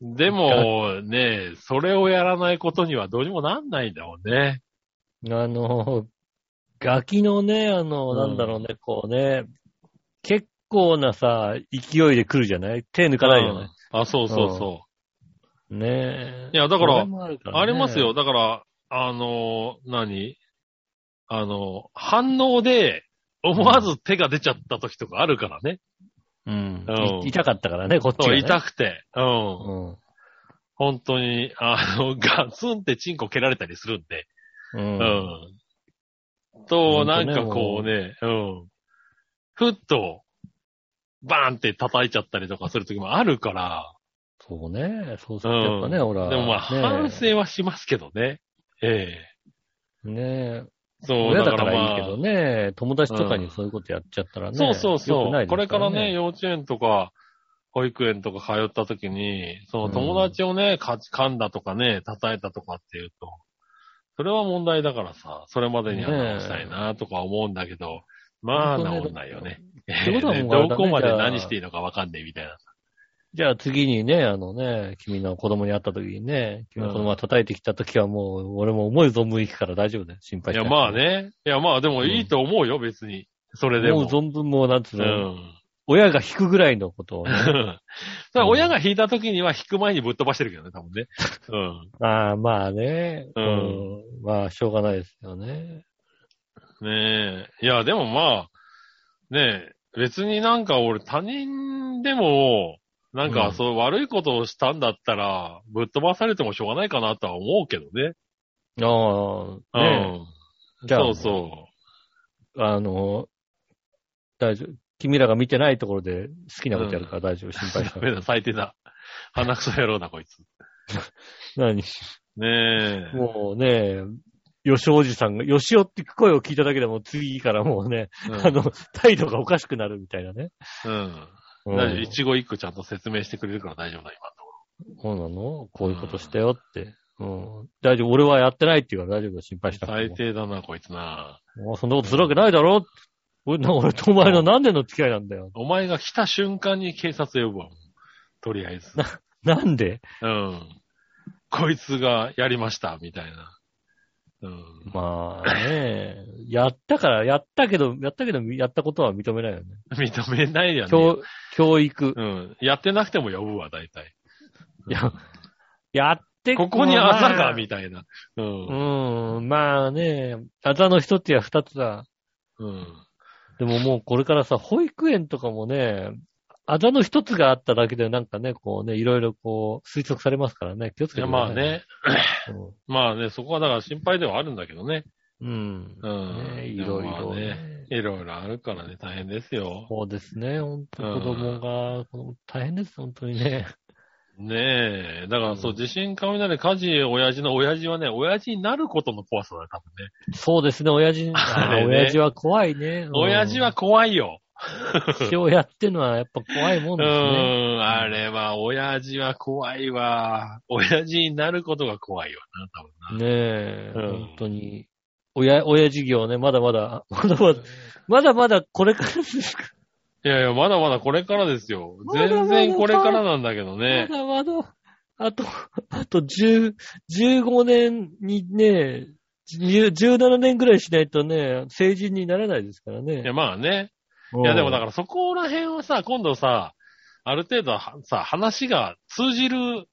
Speaker 2: でもね、それをやらないことにはどうにもなんないんだもんね。
Speaker 1: あの、ガキのね、あの、
Speaker 2: うん
Speaker 1: なんだろうね、こうね、結構なさ、勢いで来るじゃない手抜かないじゃない、
Speaker 2: うんあ、そうそうそう。
Speaker 1: ねえ。
Speaker 2: いやだから
Speaker 1: それもあるからね
Speaker 2: ありますよ。。だから、あの、何あの、反応で、思わず手が出ちゃった時とかあるからね。
Speaker 1: うん
Speaker 2: うん。
Speaker 1: い痛かったからね、こっち
Speaker 2: そ
Speaker 1: が、
Speaker 2: う、
Speaker 1: ね。
Speaker 2: 痛くて。うん。
Speaker 1: うん。
Speaker 2: 本当に、あの、 [laughs] ガツンってチンコ蹴られたりするんで。
Speaker 1: う。
Speaker 2: うんん。と、
Speaker 1: 本当ね
Speaker 2: なんかこうね、うん。ふっと、バーンって叩いちゃったりとかする時もあるから、
Speaker 1: そうね。そうするとやっぱね、ほら。
Speaker 2: でもまあ、
Speaker 1: ねえ
Speaker 2: 反省はしますけどね。え
Speaker 1: ねえ。
Speaker 2: え。そう、
Speaker 1: 親
Speaker 2: だ
Speaker 1: だ
Speaker 2: か
Speaker 1: から
Speaker 2: ま
Speaker 1: らいい
Speaker 2: あ
Speaker 1: け、どね、友達とかにそういうことやっちゃったらね。
Speaker 2: そうそう
Speaker 1: 良
Speaker 2: そ
Speaker 1: く
Speaker 2: う。
Speaker 1: ないで
Speaker 2: こ
Speaker 1: す
Speaker 2: れからね、
Speaker 1: ね。
Speaker 2: 幼稚園とか、保育園とか通った時に、その友達をね、か噛んだとかね、叩いたとかっていうと、それは問題だからさ、それまでには
Speaker 1: ねえ
Speaker 2: 直したいなとか思うんだけど、まあ
Speaker 1: 本当ね
Speaker 2: 直んないよね。 [laughs]
Speaker 1: てことはもうあれだね
Speaker 2: どこま
Speaker 1: じ
Speaker 2: で
Speaker 1: ゃあ
Speaker 2: 何していいのかわかんねえみたいな。
Speaker 1: じゃあ次にね、あのね、君の子供に会った時にね、君の子供が叩いてきた時はもう、俺も思い存分行くから大丈夫だよ。心配
Speaker 2: い
Speaker 1: しな
Speaker 2: や、
Speaker 1: くて
Speaker 2: まあ。ね。いや、まあでもいいと思うよ、別に。それで
Speaker 1: 思う
Speaker 2: も。
Speaker 1: 存分もう、なんつう
Speaker 2: う
Speaker 1: の、
Speaker 2: ん。 [laughs]
Speaker 1: 親が引くぐらいのことを
Speaker 2: だ [laughs]
Speaker 1: ね。
Speaker 2: から親が引いた時には引く前にぶっ飛ばしてるけどね、多分
Speaker 1: [laughs]
Speaker 2: ね。うん。
Speaker 1: ああ、まあね。
Speaker 2: う
Speaker 1: うん。まあ、しょうがないですよね。
Speaker 2: ねえ。いや、でもまあ、ねえ、別になんか俺他人でも、なん
Speaker 1: う
Speaker 2: か
Speaker 1: ん
Speaker 2: そう悪いことをしたんだったら、ぶっ飛ばされてもしょうがないかなとは思うけどね。
Speaker 1: ああ、ね
Speaker 2: う
Speaker 1: え
Speaker 2: ん。
Speaker 1: じゃあ
Speaker 2: そうそ
Speaker 1: あの、大丈夫。君らが見てないところで好きなことやるから大丈夫。心配し
Speaker 2: う。
Speaker 1: な
Speaker 2: ダメ
Speaker 1: くて。
Speaker 2: だ、最低だ。鼻くそ野郎だ、こいつ。
Speaker 1: [laughs] 何 [laughs]
Speaker 2: ねえ。
Speaker 1: もうね、吉おじさんが、吉おって声を聞いただけでも次からもうね、
Speaker 2: うん
Speaker 1: あの、態度がおかしくなるみたいなね。
Speaker 2: うん。
Speaker 1: う
Speaker 2: 大
Speaker 1: ん
Speaker 2: 丈夫。一語一句ちゃんと説明してくれるから大丈夫だ、
Speaker 1: そうなのこういうことしたよって。うん。大丈夫。俺はやってないって言うから大丈夫だ。心配しな
Speaker 2: 今。
Speaker 1: くても。
Speaker 2: 最低だな、こいつな。
Speaker 1: もうそんなことするわけないだろ俺な俺とお前の何年の付き合いなんだよ。
Speaker 2: お前が来た瞬間に警察呼ぶわ、もうとりあえず。
Speaker 1: [laughs] なんで
Speaker 2: うん。こいつがやりました、みたいな。うん。
Speaker 1: まあね、やったから、やったけど、やったけど、やったことは認めないよね。
Speaker 2: 認めないやね。
Speaker 1: 教、教育。
Speaker 2: うん。やってなくても呼ぶわ、大体。
Speaker 1: いや、やって
Speaker 2: ここにあざが、み
Speaker 1: み
Speaker 2: たいな。うん。
Speaker 1: うん、まあね、あざの一つや二つだ。
Speaker 2: うん。
Speaker 1: でももうこれからさ、保育園とかもね、あざの一つがあっただけでなんかね、こうね、いろいろこう、推測されますからね、気をつ
Speaker 2: い
Speaker 1: けて
Speaker 2: や、
Speaker 1: くだ
Speaker 2: ま
Speaker 1: さ
Speaker 2: あ
Speaker 1: い。
Speaker 2: ね。まあね、そこはだから心配ではあるんだけどね。
Speaker 1: うん。
Speaker 2: う
Speaker 1: うん。
Speaker 2: ん。
Speaker 1: ね、いろい
Speaker 2: でも
Speaker 1: ろ
Speaker 2: まあね。
Speaker 1: ね。
Speaker 2: いろいろあるからね、大変ですよ。
Speaker 1: そうですね、本当
Speaker 2: うん
Speaker 1: 子供が、子供大変です、本当に
Speaker 2: [laughs]
Speaker 1: ね。
Speaker 2: ねえ。だからそうう、
Speaker 1: ん
Speaker 2: 地震、雷、火事、親父の親父はね、親父になることの怖さだよ、多分ね。
Speaker 1: そうですね、親父に、
Speaker 2: あ
Speaker 1: あ
Speaker 2: れね
Speaker 1: 親父は怖いね。うん
Speaker 2: 親父は、怖いよ。
Speaker 1: 父親ってのはやっぱ怖いもん
Speaker 2: う
Speaker 1: ですね。
Speaker 2: ーん、あれは、親父は怖いわ。親父になることが怖いわな、多分
Speaker 1: ねえ、
Speaker 2: うん
Speaker 1: 本当に。親、親事業ね、まだまだ、まだまだ、まだまだこれからですか
Speaker 2: な。いやいや、まだまだこれからですよ。
Speaker 1: まだまだ
Speaker 2: 全然これからなんだけどね
Speaker 1: ま。だまだ。あと、あと10、15年にね、10 17年ぐらいしないとね、成人になれないですから
Speaker 2: い
Speaker 1: ね
Speaker 2: や、。まあね。
Speaker 1: い
Speaker 2: いや、でもだからそこら辺はさ、今度さ、ある程度はさ、話が通じる、い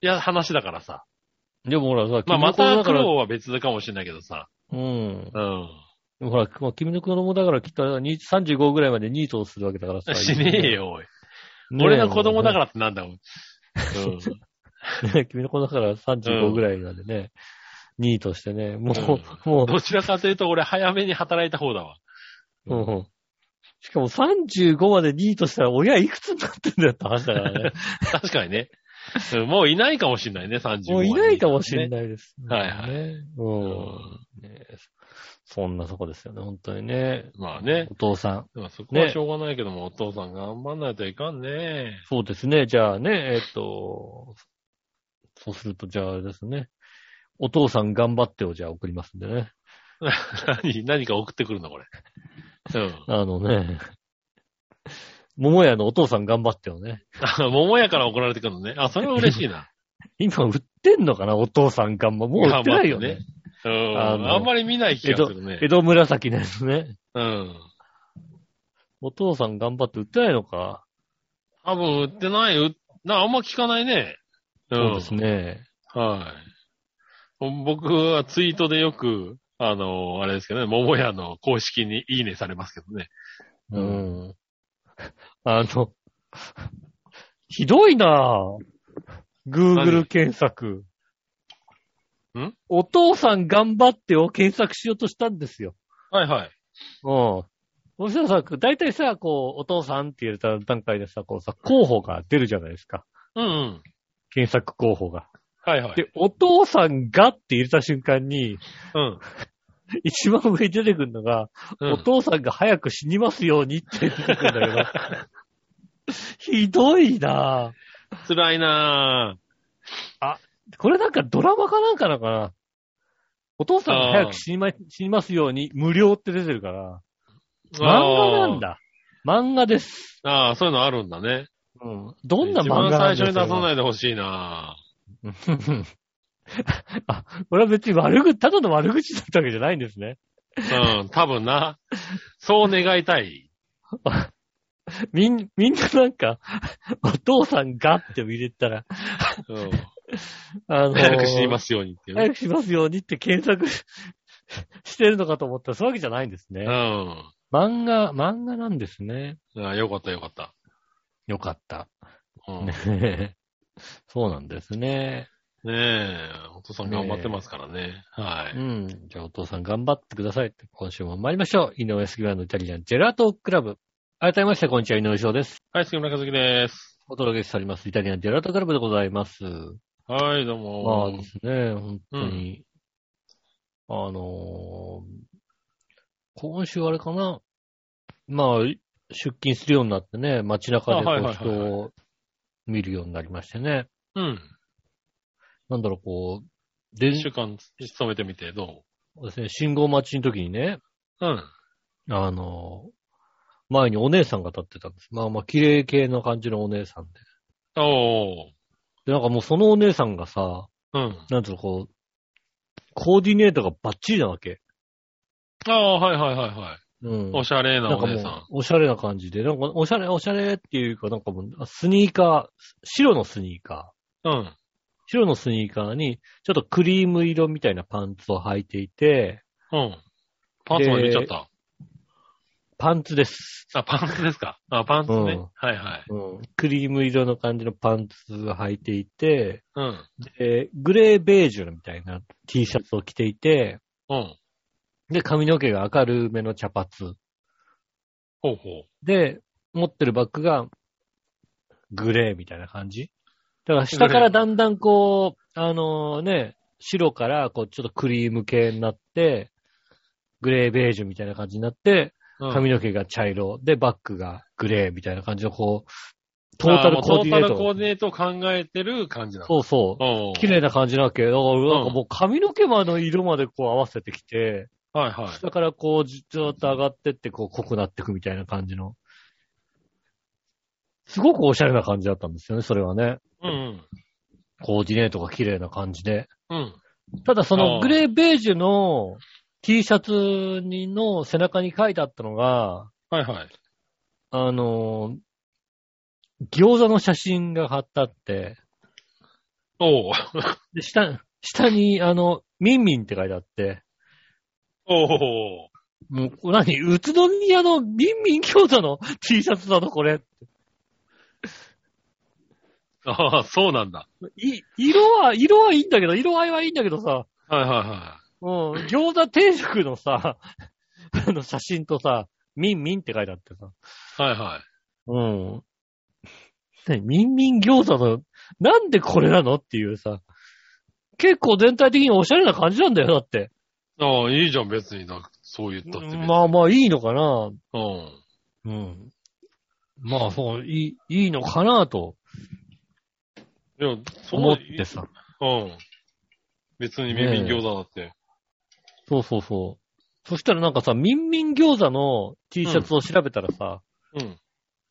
Speaker 2: や、話だからさ。
Speaker 1: ら、でもほらさ、
Speaker 2: まあ、
Speaker 1: 君の
Speaker 2: ま
Speaker 1: 子供
Speaker 2: た
Speaker 1: だか
Speaker 2: 苦
Speaker 1: ら
Speaker 2: 労は別かもしれないけどさ。
Speaker 1: うん。
Speaker 2: う
Speaker 1: で
Speaker 2: ん。
Speaker 1: もほら、まあ君の子供だからきっとに35ぐらいまでニートをするわけだからさ。
Speaker 2: [laughs] しねえよ、おい。
Speaker 1: ねえ。
Speaker 2: 俺の子供だからってなんだ、おい。 [laughs] うん。
Speaker 1: ね、 [laughs] 君の子だから35ぐらいまでね、ニートしてね、もう、も
Speaker 2: どちらかというと俺早めに働いた方だわ。
Speaker 1: う、うん。しかも35までニートしたら親いくつになってんだよって話だからね。
Speaker 2: 確かにね。うんもういないかもしれないね、35
Speaker 1: もういないかもしれないです、
Speaker 2: ねはいはい
Speaker 1: ね。うん。ねそんなとこですよね、本当にね。
Speaker 2: まあね。
Speaker 1: お父さん。
Speaker 2: まあそこはしょうがないけども、お父さん頑張んないといかんね。
Speaker 1: そうですね、じゃあね、えっと、そうすると、じゃああれですね。お父さん頑張ってをじゃあ送りますんでね。
Speaker 2: 何、何か送ってくるの、これ。うん。
Speaker 1: あのね、桃屋のお父さん頑張ってをね。
Speaker 2: あ桃屋から送られてくるのね。あ、それは嬉しいな。
Speaker 1: 今売ってんのかなお父さんがんま。もう売ってないよね。
Speaker 2: うん。
Speaker 1: あの
Speaker 2: あんまり見ない気がするね
Speaker 1: 江。戸紫のやつね。
Speaker 2: うん。
Speaker 1: お父さん頑張って売ってないのか。
Speaker 2: 多分売ってない、うな、あんま聞かないね。うん。
Speaker 1: そうですね。
Speaker 2: はい。僕はツイートでよく、あの、あれですけどね、桃屋の公式にいいねされますけどね。
Speaker 1: う。
Speaker 2: うん
Speaker 1: あの、ひどいなぁ。Google
Speaker 2: 何
Speaker 1: 検索。
Speaker 2: ん
Speaker 1: お父さん頑張ってを検索しようとしたんですよ。
Speaker 2: はいはい。
Speaker 1: うん。そしたらさ、大体さ、こう、お父さんって言われた段階でさ、こうさ、候補が出るじゃないですか。
Speaker 2: うんうん。
Speaker 1: 検索候補が。
Speaker 2: はいはい。
Speaker 1: で、お父さんがって入れた瞬間に、
Speaker 2: うん。
Speaker 1: 一番上に出てくるのが、
Speaker 2: うん
Speaker 1: お父さんが早く死にますようにって出てくるんだ
Speaker 2: [laughs]
Speaker 1: けど、ひどいな
Speaker 2: 辛いなぁ。
Speaker 1: ぁ。これなんかドラマかなんかなのかなお父さんが早く死に,、ま、死にますように無料って出てるから、漫画なんだ。漫画です。
Speaker 2: あー。ああ、そういうのあるんだね。
Speaker 1: うん。どんな漫画な
Speaker 2: 一
Speaker 1: ん。
Speaker 2: 番最初に出さないいでほしいなぁ。
Speaker 1: [laughs] あ、これは別に悪口、ただの悪口だったわけじゃないんですね。
Speaker 2: うん、多分な。そう願いたい。
Speaker 1: みん、みんななんか、お父さんがって入れたら、 [laughs]
Speaker 2: うん、
Speaker 1: あのー
Speaker 2: 早く死にますようにっていうね、
Speaker 1: 早くしますようにって検索 [laughs] してるのかと思ったら、そういうわけじゃないんです
Speaker 2: う
Speaker 1: ね。漫画、漫画なんですね。
Speaker 2: ん。ああよかったよかった。
Speaker 1: よかった。
Speaker 2: うん、ね
Speaker 1: [laughs] そうなんですね。
Speaker 2: え、お父さん頑張ってますからね。は
Speaker 1: う
Speaker 2: い。
Speaker 1: ん。じゃあお父さん頑張ってくださいって、今週も参りましょう。井上杉村のイタリアンジェラートクラブ。改めまして、こんにちは、井上翔です。
Speaker 2: はい、杉村和樹です。
Speaker 1: お届けしております。イタリアンジェラートクラブでございます。
Speaker 2: はい、どう
Speaker 1: まあ
Speaker 2: も
Speaker 1: で。すね、本当に。あのー今週あれかな。まあ、出勤するようになってね、街中でこ
Speaker 2: あはいうはいはい
Speaker 1: 人
Speaker 2: はい
Speaker 1: を見るようになりましてね。
Speaker 2: うん。
Speaker 1: なんだろう、こう、電
Speaker 2: 一週間勤めてみて、ど
Speaker 1: そうですね、信号待ちの時にね、
Speaker 2: ううん。
Speaker 1: あのー前にお姉さんが立ってたんです。まあまあ、綺麗系な感じのお姉さんで。
Speaker 2: おー。
Speaker 1: で、なんかもうそのお姉さんがさ、
Speaker 2: うん。
Speaker 1: なんつうの、こう、コーディネートがバッチリなわけ。
Speaker 2: ああ、はいはいはいはい。
Speaker 1: うん。
Speaker 2: おしゃれな
Speaker 1: なん
Speaker 2: お
Speaker 1: かもう
Speaker 2: 姉さん。、
Speaker 1: おしゃれな感じで、なんか、おしゃれ、おしゃれっていうか、なんかもう、スニーカー、白のスニーカー。
Speaker 2: うん。
Speaker 1: 白のスニーカーに、ちょっとクリーム色みたいなパンツを履いていて、
Speaker 2: うん。パンツも入れちゃった。
Speaker 1: パンツです。
Speaker 2: あ、パンツですか。あ、パンツね。
Speaker 1: うん
Speaker 2: はいはい。
Speaker 1: うん。クリーム色の感じのパンツを履いていて、
Speaker 2: うん。
Speaker 1: でグレーベージュみたいな T シャツを着ていて、
Speaker 2: うん。
Speaker 1: で、髪の毛が明るめの茶髪。
Speaker 2: ほうほう。
Speaker 1: で、持ってるバッグが、グレーみたいな感じだから下からだんだんこう、あのね、白からこうちょっとクリーム系になって、グレーベージュみたいな感じになって、
Speaker 2: うん
Speaker 1: 髪の毛が茶色、で、バッグがグレーみたいな感じのこう、トータルコーディネ
Speaker 2: あ
Speaker 1: ー
Speaker 2: もうトータルコー
Speaker 1: ト。
Speaker 2: ディネートを考えてる感じなの。
Speaker 1: そうそう。
Speaker 2: おう
Speaker 1: 綺麗な感じなわけ。だからなんか
Speaker 2: うん
Speaker 1: もう髪の毛までの色までこう合わせてきて、
Speaker 2: はいはい。
Speaker 1: 下からこうずずーっと上がってって、こう濃くなっていくみたいな感じの。すごくおしゃれな感じだったんですよね、それはね。
Speaker 2: うん
Speaker 1: コーディネートが綺麗な感じで。
Speaker 2: うん。
Speaker 1: ただそ
Speaker 2: あ
Speaker 1: の
Speaker 2: ー
Speaker 1: グレーベージュの T シャツにの背中に書いてあったのが、
Speaker 2: はいはい。
Speaker 1: あのー、餃子の写真が貼ってあって、
Speaker 2: おう。
Speaker 1: で、下、下に、あの、ミンミンって書いてあって、
Speaker 2: [laughs] おう。
Speaker 1: もう、何宇都宮のミンミン餃子の T シャツだの、これ。
Speaker 2: ああ、そうなんだ。
Speaker 1: い、色は、色はいいんだけど、色合いはいいんだけどさ、
Speaker 2: はいはいは
Speaker 1: うん、餃子定食のさ、 [laughs] あの写真とさ、ミンミンって書いてあってさ、
Speaker 2: い。はいはい。
Speaker 1: うん。ねミンミン餃子の、なんでこれなのっていうさ、結構全体的におしゃれな感じなんだよ、だって。
Speaker 2: ああ、いいじゃん、別にな。そう言ったって別に。
Speaker 1: まあまあいいのかな。
Speaker 2: うん。
Speaker 1: うん。まあそう、いい、いいのかなと
Speaker 2: でも、その
Speaker 1: 思ってさ。
Speaker 2: うん。別にミンミン餃子だって。
Speaker 1: そうそうそう。そしたらなんかさ、ミンミン餃子の T シャツを調べたらさ、
Speaker 2: うん。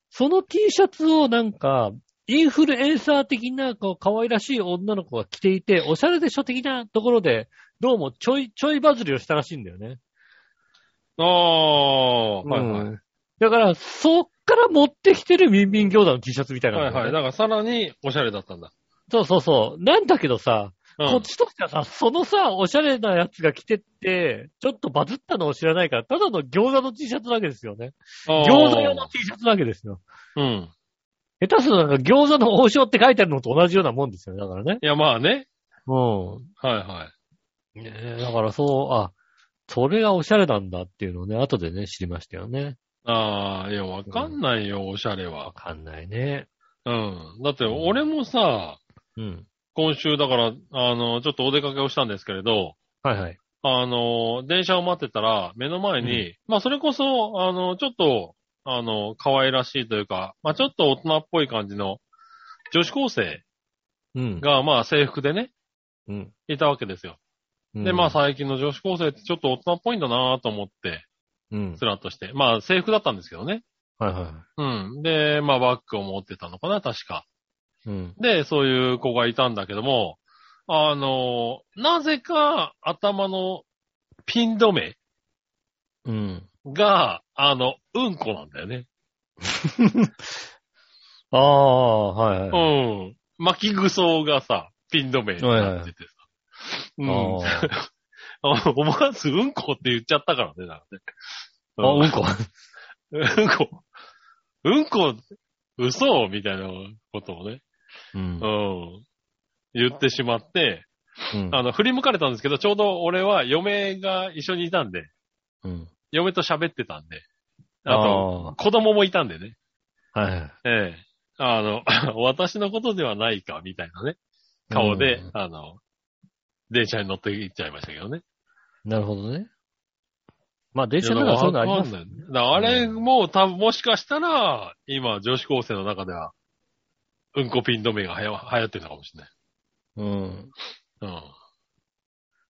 Speaker 1: その T シャツをなんか、インフルエンサー的な、こう、可愛らしい女の子が着ていて、おしゃれでしょ的なところで、どうもちょい、ちょいバズりをしたらしいんだよね。
Speaker 2: ああ、はいはい。
Speaker 1: うんだから、そっから持ってきてるミンミン餃子の T シャツみたいなの
Speaker 2: は
Speaker 1: ね、
Speaker 2: いはい。だからさらにおしゃれだったんだ。
Speaker 1: そうそうそう。なんだけどさ、
Speaker 2: う
Speaker 1: こっ
Speaker 2: ん。
Speaker 1: ちとしてはさ、そのさ、おしゃれなやつが着てって、ちょっとバズったのを知らないから、ただの餃子の T シャツなわけですよね。
Speaker 2: ああ
Speaker 1: 餃子用の T シャツなわけですよ。
Speaker 2: うん。
Speaker 1: 下手するとなんか餃子の王将って書いてあるのと同じようなもんですよね、だからね。
Speaker 2: いや、まあね。
Speaker 1: う
Speaker 2: はいはい。
Speaker 1: ん。ねえだからそう、あ、それがおしゃれなんだっていうのをね、後でね、知りましたよね。
Speaker 2: ああ、いや、わかんないよ、おしゃれ
Speaker 1: わ
Speaker 2: は。
Speaker 1: かんないね。
Speaker 2: うん。だって、俺もさ、
Speaker 1: うん。
Speaker 2: 今週だから、あの、ちょっとお出かけをしたんですけれど、
Speaker 1: はいはい。
Speaker 2: あの、電車を待ってたら、目の前に、まあ、それこそ、あの、ちょっと、あの、可愛らしいというか、まあ、ちょっと大人っぽい感じの、女子高生
Speaker 1: うん。
Speaker 2: が、まあ、制服でね、
Speaker 1: うん。
Speaker 2: いたわけですよ。で、まあ、、最近の女子高生ってちょっと大人っぽいんだなと思って、
Speaker 1: うん
Speaker 2: ス。ラッとして。まあ、制服だったんですけどね。
Speaker 1: はいは
Speaker 2: うん。で、まあ、バッグを持ってたのかな、確か。
Speaker 1: い。うん。
Speaker 2: で、そういう子がいたんだけども、あの、なぜか頭のピン止め
Speaker 1: うん。
Speaker 2: が、あの、うんこなんだよね。。
Speaker 1: ああ、はいはいう
Speaker 2: ん。巻きぐそがさ、ピン止めになっててさ。うん。
Speaker 1: あー
Speaker 2: 思わずうんこって言っちゃったからね、だから
Speaker 1: あ、う
Speaker 2: ね。
Speaker 1: んこ。
Speaker 2: うんこ。うんこ、嘘みたいなことをね、
Speaker 1: うん
Speaker 2: うん。言ってしまって、
Speaker 1: うん
Speaker 2: あの、振り向かれたんですけど、ちょうど俺は嫁が一緒にいたんで、
Speaker 1: うん。
Speaker 2: 嫁と喋ってたんで、あ
Speaker 1: あ
Speaker 2: と、子供もいたんでね、
Speaker 1: あ、はいはい。
Speaker 2: ええ、あの、 [laughs] 私のことではないか、みたいなね、顔で、
Speaker 1: うん
Speaker 2: あの、電車に乗って行っちゃいましたけどね。
Speaker 1: なるほどね。まあ、電車ならそういうのあります
Speaker 2: いやだからわかんないだからあれ、もう多分もしかしたら、今、女子高生の中では、うんこピン止めがはや流行ってるのかもしれない。
Speaker 1: うん。
Speaker 2: うん。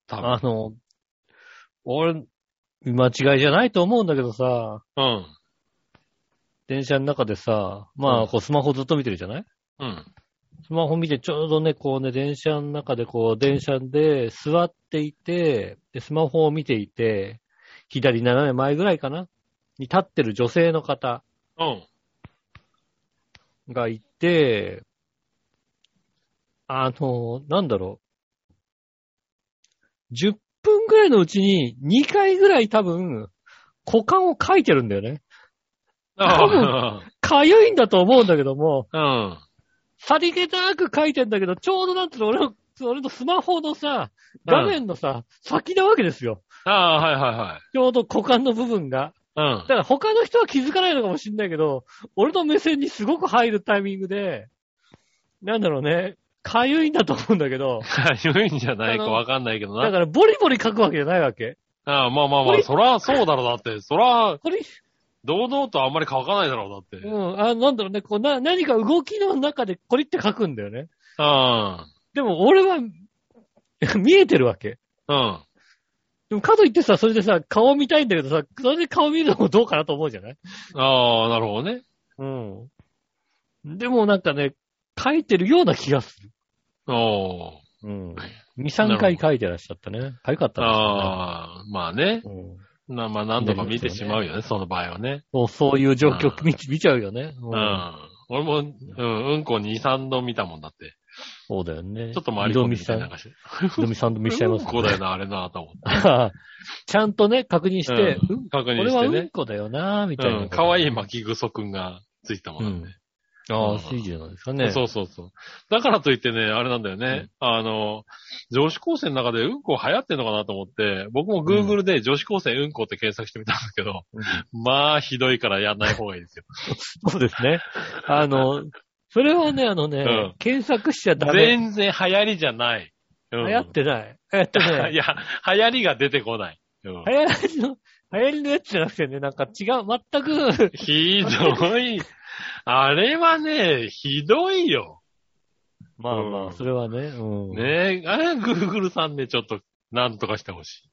Speaker 2: 多分
Speaker 1: あの、俺、間違いじゃないと思うんだけどさ、
Speaker 2: うん。
Speaker 1: 電車の中でさ、ま
Speaker 2: う
Speaker 1: あ、
Speaker 2: ん
Speaker 1: こう、スマホずっと見てるじゃない
Speaker 2: うん。
Speaker 1: スマホ見て、ちょうどね、こうね、電車の中で、こう、電車で座っていて、で、スマホを見ていて、左斜め前ぐらいかなに立ってる女性の方。
Speaker 2: うん。
Speaker 1: がいて、あの、なんだろう。10分ぐらいのうちに2回ぐらい多分、股間を書いてるんだよね。多
Speaker 2: [laughs] あ
Speaker 1: かゆいんだと思うんだけども、
Speaker 2: あ、
Speaker 1: さりげなく書いてんだけど、ちょうどなんつうの、俺の、俺のスマホのさ、画面のさ、先なわけですよ。
Speaker 2: うん。ああ、はいは
Speaker 1: ちょうど股間の部分が。
Speaker 2: いはい。う
Speaker 1: だ。
Speaker 2: ん [laughs]
Speaker 1: から他の人は気づかないのかもしんないけど、俺の目線にすごく入るタイミングで、なんだろうね、かゆいんだと思うんだけど、
Speaker 2: かゆいんじゃないかわかんないけど
Speaker 1: だ
Speaker 2: な。
Speaker 1: からボリボリ書くわけじゃないわけ。
Speaker 2: ああまあまあま
Speaker 1: こ
Speaker 2: あ、
Speaker 1: れ
Speaker 2: そらそうだろう、だって。そら、
Speaker 1: これ、
Speaker 2: 堂々とあんまり書かないだろう、だって。
Speaker 1: う
Speaker 2: うん。
Speaker 1: ん、あなんだろうね、こうな、何か動きの中でコリって書くんだよね。でも俺は、見えてるわけ。
Speaker 2: うん。
Speaker 1: でもかといってさ、それでさ、顔見たいんだけどさ、それで顔見るのもどうかなと思うじゃない
Speaker 2: ああ、なるほどね。
Speaker 1: うん。でもなんかね、書いてるような気がする。
Speaker 2: おー。
Speaker 1: うん。2、3回書いてらっしゃったね。かゆかったん
Speaker 2: ああ、まあね
Speaker 1: で。すよね。うん
Speaker 2: なまあ何度か見てしまうよね、その場合はね。
Speaker 1: もうそういう状況
Speaker 2: うん
Speaker 1: 見見ちゃうよね。
Speaker 2: う
Speaker 1: うん
Speaker 2: ん。俺も、うん、うんこ2、3度見たもんだって。
Speaker 1: そうだよね。
Speaker 2: ちょっと回り
Speaker 1: 二度
Speaker 2: 込ん
Speaker 1: 見
Speaker 2: で
Speaker 1: し
Speaker 2: み
Speaker 1: ち
Speaker 2: た
Speaker 1: ゃ
Speaker 2: いうな。し。
Speaker 1: 二度見
Speaker 2: [laughs]
Speaker 1: 三度見しちゃいます
Speaker 2: うん
Speaker 1: ね
Speaker 2: こだよな、あれな、と思って。
Speaker 1: [laughs] ちゃんとね、確認して、うん、こ
Speaker 2: 確認
Speaker 1: れ
Speaker 2: し
Speaker 1: は
Speaker 2: て
Speaker 1: うん
Speaker 2: ね。
Speaker 1: こだよな、みたいうな。
Speaker 2: ん。かわいい巻きぐそくんがついたもんなんで。
Speaker 1: あ
Speaker 2: う
Speaker 1: あ、
Speaker 2: ん
Speaker 1: 水準なんですかね。
Speaker 2: そうそうそう。だからといってね、あれなんだよね。あの、女子高生の中でうんこ流行ってんのかなと思って、僕も Google で女子高生うんこって検索してみたんだけど、
Speaker 1: うん
Speaker 2: まあ、ひどいからやんない方がいいですよ。
Speaker 1: そうですね。あの、それはね、あのね、
Speaker 2: うん
Speaker 1: 検索しちゃダメ。
Speaker 2: 全然流行りじゃない。うん
Speaker 1: 流行ってない。流行ってな
Speaker 2: [laughs] い
Speaker 1: い。
Speaker 2: や、流行りが出てこない。うん
Speaker 1: 流行りの、流行りのやつじゃなくてね、なんか違う、全く、
Speaker 2: [laughs] ひ
Speaker 1: [laughs]
Speaker 2: どい。あれはね、ひどいよ。
Speaker 1: まあま
Speaker 2: う
Speaker 1: あ、
Speaker 2: ん
Speaker 1: それはね、うん。
Speaker 2: ねえ、あれ、Google さんでちょっと、なんとかしてほしい。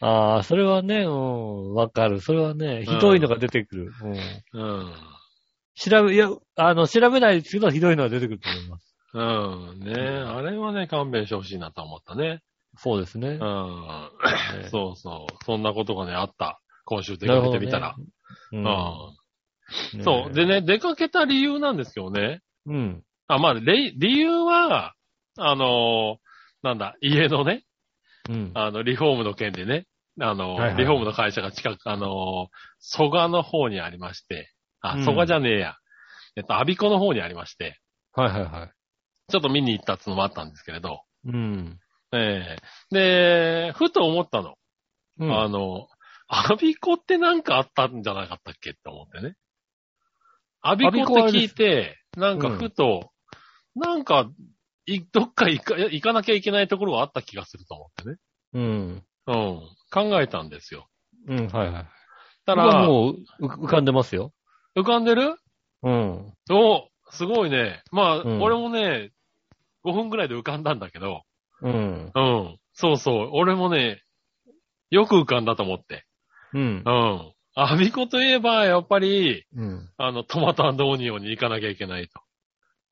Speaker 1: ああ、それはね、うん、わかる。それはね、ひどいのが出てくる。うん。
Speaker 2: うん。
Speaker 1: 調べ、いや、あの、調べないですけど、ひどいのは出てくると思います。
Speaker 2: うん。ねえ、あれはね、勘弁してほしいなと思ったね。
Speaker 1: そうですね。
Speaker 2: うん。
Speaker 1: ね
Speaker 2: そうそう。そんなことがね、あった。今週出かけてみたら。
Speaker 1: うん
Speaker 2: うんそう。で。ね、出かけた理由なんですけどね。
Speaker 1: うん。
Speaker 2: あ、まあ、れい理由は、あのーなんだ、家のね、
Speaker 1: うん。
Speaker 2: あの、リフォームの件でね、あの、
Speaker 1: はいはいはい
Speaker 2: リフォームの会社が近く、あの、蘇我の方にありまして、あ、
Speaker 1: うん
Speaker 2: 蘇我じゃねえや。えっと、アビコの方にありまして、
Speaker 1: はいはいはい。
Speaker 2: ちょっと見に行ったっつのもあったんですけれど、
Speaker 1: うん。
Speaker 2: ええで、ふと思ったの。
Speaker 1: うん
Speaker 2: あの、アビコってなんかあったんじゃなかったっけって思ってね。アビコ
Speaker 1: アビコはあ
Speaker 2: っ
Speaker 1: れ
Speaker 2: て聞
Speaker 1: で
Speaker 2: いて、なんかふと、なんか、いどっか行か行かなきゃいけないところがあった気がすると思ってね。
Speaker 1: うん。
Speaker 2: うん。考えたんですよ。
Speaker 1: うん、はいはい。た
Speaker 2: たら、
Speaker 1: ら、もうう浮かんでますよ。
Speaker 2: 浮かんでる
Speaker 1: うん。
Speaker 2: おすごいね。まあ、
Speaker 1: うん
Speaker 2: 俺もね、5分ぐらいで浮かんだんだけど、
Speaker 1: うん。
Speaker 2: うん。そうそう。俺もね、よく浮かんだと思って。
Speaker 1: うん
Speaker 2: う。ん。アビコといえば、やっぱり、
Speaker 1: うん。
Speaker 2: あの、トマトオニオンに行かなきゃいけないと。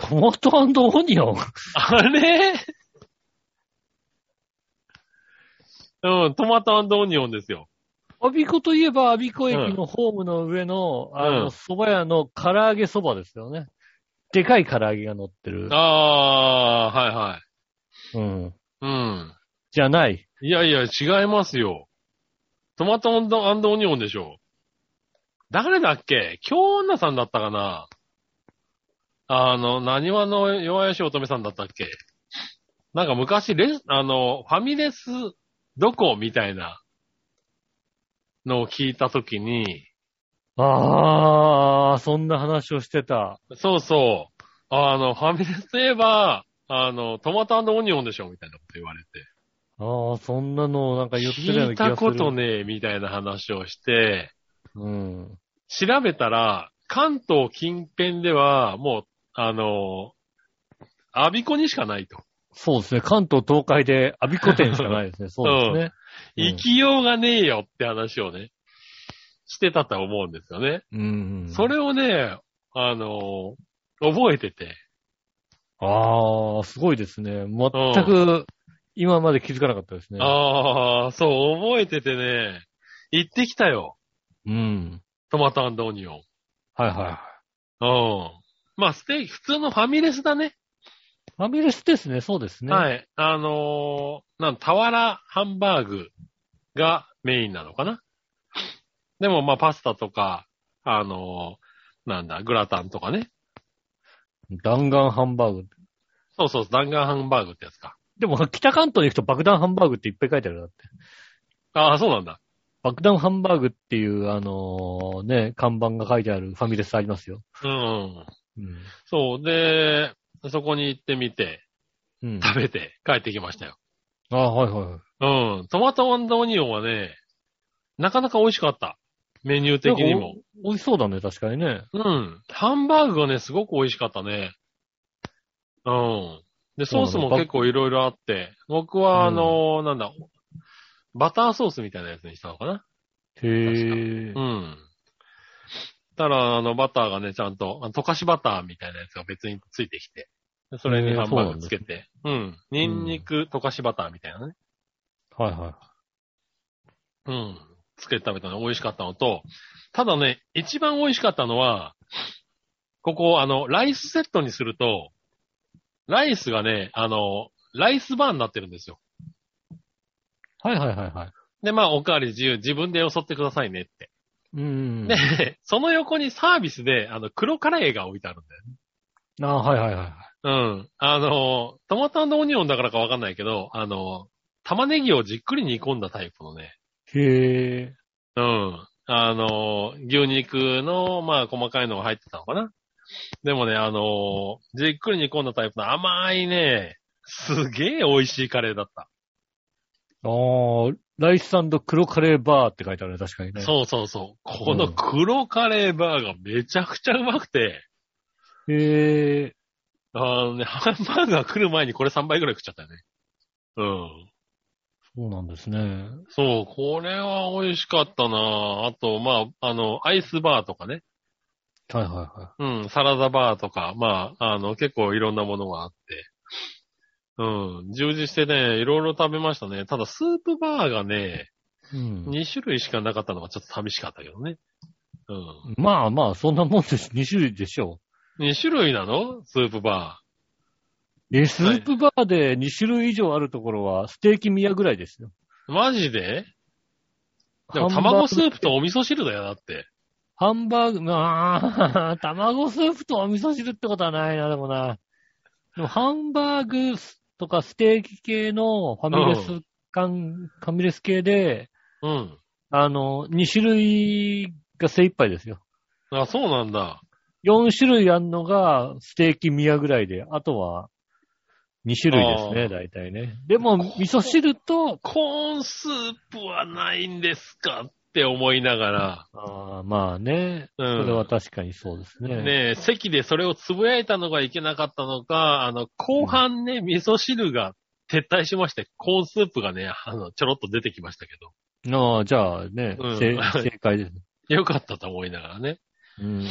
Speaker 1: トマトオニオン
Speaker 2: あれうん、トマトオニオンですよ。
Speaker 1: アビコといえば、アビコ駅のホームの上の、あ
Speaker 2: うん
Speaker 1: の、蕎麦屋の唐揚げ蕎麦ですよね。でかい唐揚げが乗ってる。
Speaker 2: あー、はいはい。
Speaker 1: うん。
Speaker 2: うん。
Speaker 1: じゃない。
Speaker 2: いやいや、違いますよ。トマトオニオンでしょ。誰だっけ京女さんだったかなあの、何話の弱々しい乙女さんだったっけなんか昔レス、あの、ファミレスどこみたいなのを聞いたときに、
Speaker 1: ああ、そんな話をしてた。
Speaker 2: そうそう、あの、ファミレスといえば、あの、トマトオニオンでしょみたいなこと言われて。
Speaker 1: ああ、そんなのをなんか言ってるよう
Speaker 2: 聞
Speaker 1: ない気がする。
Speaker 2: たことねえ、みたいな話をして、
Speaker 1: うん。
Speaker 2: 調べたら、関東近辺では、もう、あのアビコにしかないと。
Speaker 1: そうですね。関東東海で、アビコ店しかない
Speaker 2: [laughs]
Speaker 1: ですね。そうですね。うん
Speaker 2: 行きようがねえよって話をね、してたと思うんですよね。
Speaker 1: うん。
Speaker 2: それをね、あの覚えてて。
Speaker 1: ああ、すごいですね。全く、今まで気づかなかったですね。
Speaker 2: ああ、そう、覚えててね、行ってきたよ。
Speaker 1: うん。
Speaker 2: トマトオニオン。
Speaker 1: はいはい。
Speaker 2: うん。まあ、ステーキ、普通のファミレスだね。
Speaker 1: ファミレスですね、そうですね。い。
Speaker 2: はい。あのーなん、俵ハンバーグがメインなのかな。でも、まあ、パスタとか、あのーなんだ、グラタンとかね。
Speaker 1: 弾丸ハンバーグ。
Speaker 2: そうそう、弾丸ハンバーグってやつか。
Speaker 1: でも、北関東に行くと爆弾ハンバーグっていっぱい書いてあるなって。
Speaker 2: ああ、そうなんだ。
Speaker 1: 爆弾ハンバーグっていう、あのーね、看板が書いてあるファミレスありますよ。
Speaker 2: うん。
Speaker 1: うん。
Speaker 2: そう。で、そこに行ってみて、
Speaker 1: うん。
Speaker 2: 食べて、帰ってきましたよ。
Speaker 1: ああ、はいはいはい。
Speaker 2: うん。トマトオニオンはね、なかなか美味しかった。メニュー的にも。
Speaker 1: 美味しそうだね、確かにね。
Speaker 2: うん。ハンバーグがね、すごく美味しかったね。うん。で、ソースも結構いろいろあって、僕はあのーなんだ、バターソースみたいなやつにしたのかな
Speaker 1: へえ
Speaker 2: う。ん。たら、あの、バターがね、ちゃんと、あの溶かしバターみたいなやつが別についてきて、でそれに
Speaker 1: えー
Speaker 2: ハンバーグつけて。うんニンニク、溶かしバターみたいなね。
Speaker 1: はいはい。
Speaker 2: うん。つけて食べたの美味しかったのと、ただね、一番美味しかったのは、ここ、あの、ライスセットにすると、ライスがね、あの、ライスバーになってるんですよ。
Speaker 1: はいはいはいはい。
Speaker 2: で、まあ、おかわり自由、自分でよそってくださいねって。
Speaker 1: うん。
Speaker 2: で、その横にサービスで、あの、黒カレーが置いてあるんだよね。
Speaker 1: ああ、はいはいはいはい。
Speaker 2: うん。あの、トマトオニオンだからかわかんないけど、あの、玉ねぎをじっくり煮込んだタイプのね、
Speaker 1: へえ。
Speaker 2: うん。あの、牛肉の、まあ、細かいのが入ってたのかな。でもね、あの、じっくり煮込んだタイプの甘いね、すげえ美味しいカレーだった。
Speaker 1: ああ、ライス黒カレーバーって書いてあるね、確かにね。
Speaker 2: そうそうそう。この黒カレーバーがめちゃくちゃうまくて、
Speaker 1: う。へえ。
Speaker 2: あのね、ハンバーグが来る前にこれ3杯ぐらい食っちゃったよね。うん。
Speaker 1: そうなんですね。
Speaker 2: そう、これは美味しかったなぁあと、まあ、あの、アイスバーとかね。
Speaker 1: はいはいは
Speaker 2: うん、サラダバーとか、まあ、あの、結構いろんなものがあって。うん、充実してね、いろいろ食べましたね。ただ、スープバーがね、
Speaker 1: い。うん。
Speaker 2: 2種類しかなかったのがちょっと寂しかったけどね。う
Speaker 1: まあまあ、そんなもんです。2種 [laughs] 類でしょ
Speaker 2: ん。2種類なのスープバ
Speaker 1: う。え、スープバーで2種類以上あるところは、ステーキ宮ぐらいですよ。
Speaker 2: ー。マジででも
Speaker 1: ハンバーグ
Speaker 2: 卵スープとお味噌汁だよ、だって。
Speaker 1: ハンバーグ、まあ、卵スープ [laughs] とお味噌汁ってことはないな、でもな。でもハンバーグとかステーキ系のファミレス感、ファミレス系で、
Speaker 2: うん。
Speaker 1: あの、2種類が精一杯ですよ。
Speaker 2: あ、そうなんだ。
Speaker 1: 4種類あんのがステーキ宮ぐらいで、あとは2種類です
Speaker 2: あ
Speaker 1: ね、
Speaker 2: ー
Speaker 1: 大体ね。でも、味噌汁と、
Speaker 2: コーンスープはないんですかって思いながら、
Speaker 1: あーまあね、
Speaker 2: う
Speaker 1: そ
Speaker 2: ん。
Speaker 1: れは確かにそうですね。
Speaker 2: ねえ、席でそれをつぶやいたのがいけなかったのか、あの、後半ね、味噌汁が撤退しまして、コーンスープがね、あの、ちょろっと出てきましたけ
Speaker 1: ああじゃあね、
Speaker 2: うん
Speaker 1: せ正解です。
Speaker 2: ど、よかったと思いながらね。
Speaker 1: うん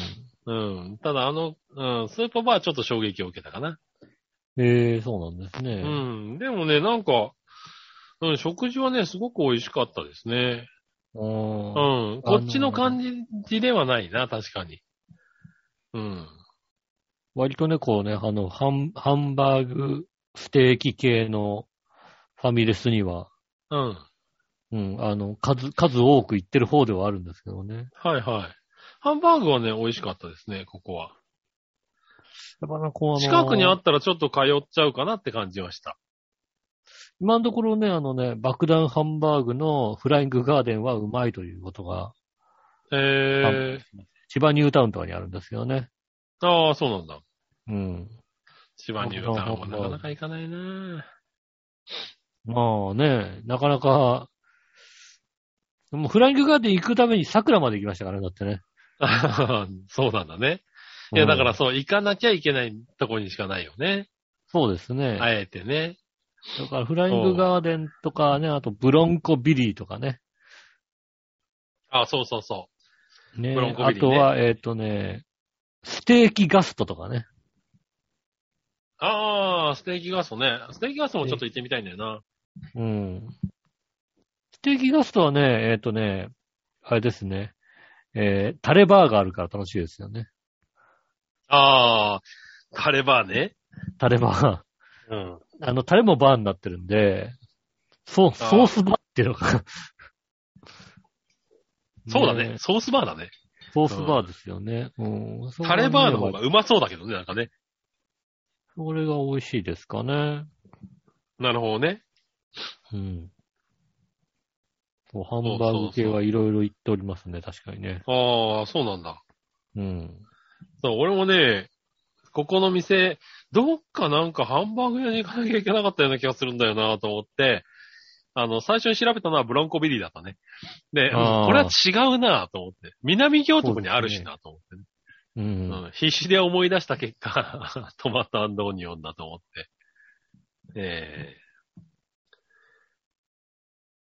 Speaker 2: うん。ただ、あの、うん、スーパーバーはちょっと衝撃を受けたかな。
Speaker 1: ええそうなんですね。
Speaker 2: うん。でもね、なんか、うん、食事はね、すごく美味しかったですね。
Speaker 1: うん
Speaker 2: うん。こっちの感じではないな、確かに。うん。
Speaker 1: 割とね、こうね、あの、ハン、ハンバーグ、ステーキ系のファミレスには、
Speaker 2: うん。
Speaker 1: うん、あの、数、数多く行ってる方ではあるんですけどね。
Speaker 2: はいはい。ハンバーグはね、美味しかったですね、ここは。
Speaker 1: やっぱな、こう、あの
Speaker 2: 近くにあったらちょっと通っちゃうかなって感じはした。
Speaker 1: 今のところね、あのね、爆弾ハンバーグのフライングガーデンはうまいということが、
Speaker 2: え
Speaker 1: 千葉ニュータウンとかにあるんですよね。
Speaker 2: ー、ああ、そうなんだ。
Speaker 1: うん。
Speaker 2: 千葉ニュータウンもなかなか行かな
Speaker 1: [laughs]
Speaker 2: いな
Speaker 1: まあね、なかなか、もうフライングガーデン行くために桜まで行きましたからね、だってね。
Speaker 2: ぁそうなんだね。いや、
Speaker 1: うん
Speaker 2: だから、そう、行かなきゃいけないとこにしかないよね。
Speaker 1: そうですね。
Speaker 2: あえてね。
Speaker 1: だからフライングガーデンとかね、あとブロンコビリーとかね。
Speaker 2: あそうそうそ
Speaker 1: ね
Speaker 2: ブロンコビ
Speaker 1: あ
Speaker 2: リーね
Speaker 1: とは、えっ、とね、ステーキガストとかね。
Speaker 2: う。ああ、ステーキガストね。ステーキガストもちょっと行ってみたいんだよな。
Speaker 1: うん。ステーキガストはね、えっ、とね、あれですね。えー、タレバーがあるから楽しいですよね。
Speaker 2: ああ、タレバーね。
Speaker 1: タレバ
Speaker 2: うん。
Speaker 1: ー。 [laughs] あの、タレもバーになってるんで、そう、
Speaker 2: あー
Speaker 1: ソースバーっていうのかな。
Speaker 2: [laughs] そうだね。。ソースバーだね。
Speaker 1: ソースバーですよね。うん。
Speaker 2: タレバーの方がうまそうだけどね、なんかね。
Speaker 1: それが美味しいですかね。
Speaker 2: なるほどね。
Speaker 1: うん。そう、ハンバーグ系はいろいろ行っておりますね、確かにね。
Speaker 2: ああ、そうなんだ。
Speaker 1: うん。
Speaker 2: そう、俺もね、ここの店、どっかなんかハンバーグ屋に行かなきゃいけなかったような気がするんだよなと思って、あの、最初に調べたのはブロンコビリーだったね。で、うん
Speaker 1: あー
Speaker 2: これは違うなと思って。南京都にあるしなと思ってね、
Speaker 1: う
Speaker 2: うん
Speaker 1: ん。
Speaker 2: 必死で思い出した結果、 [laughs] トマトオニオンだと思って。え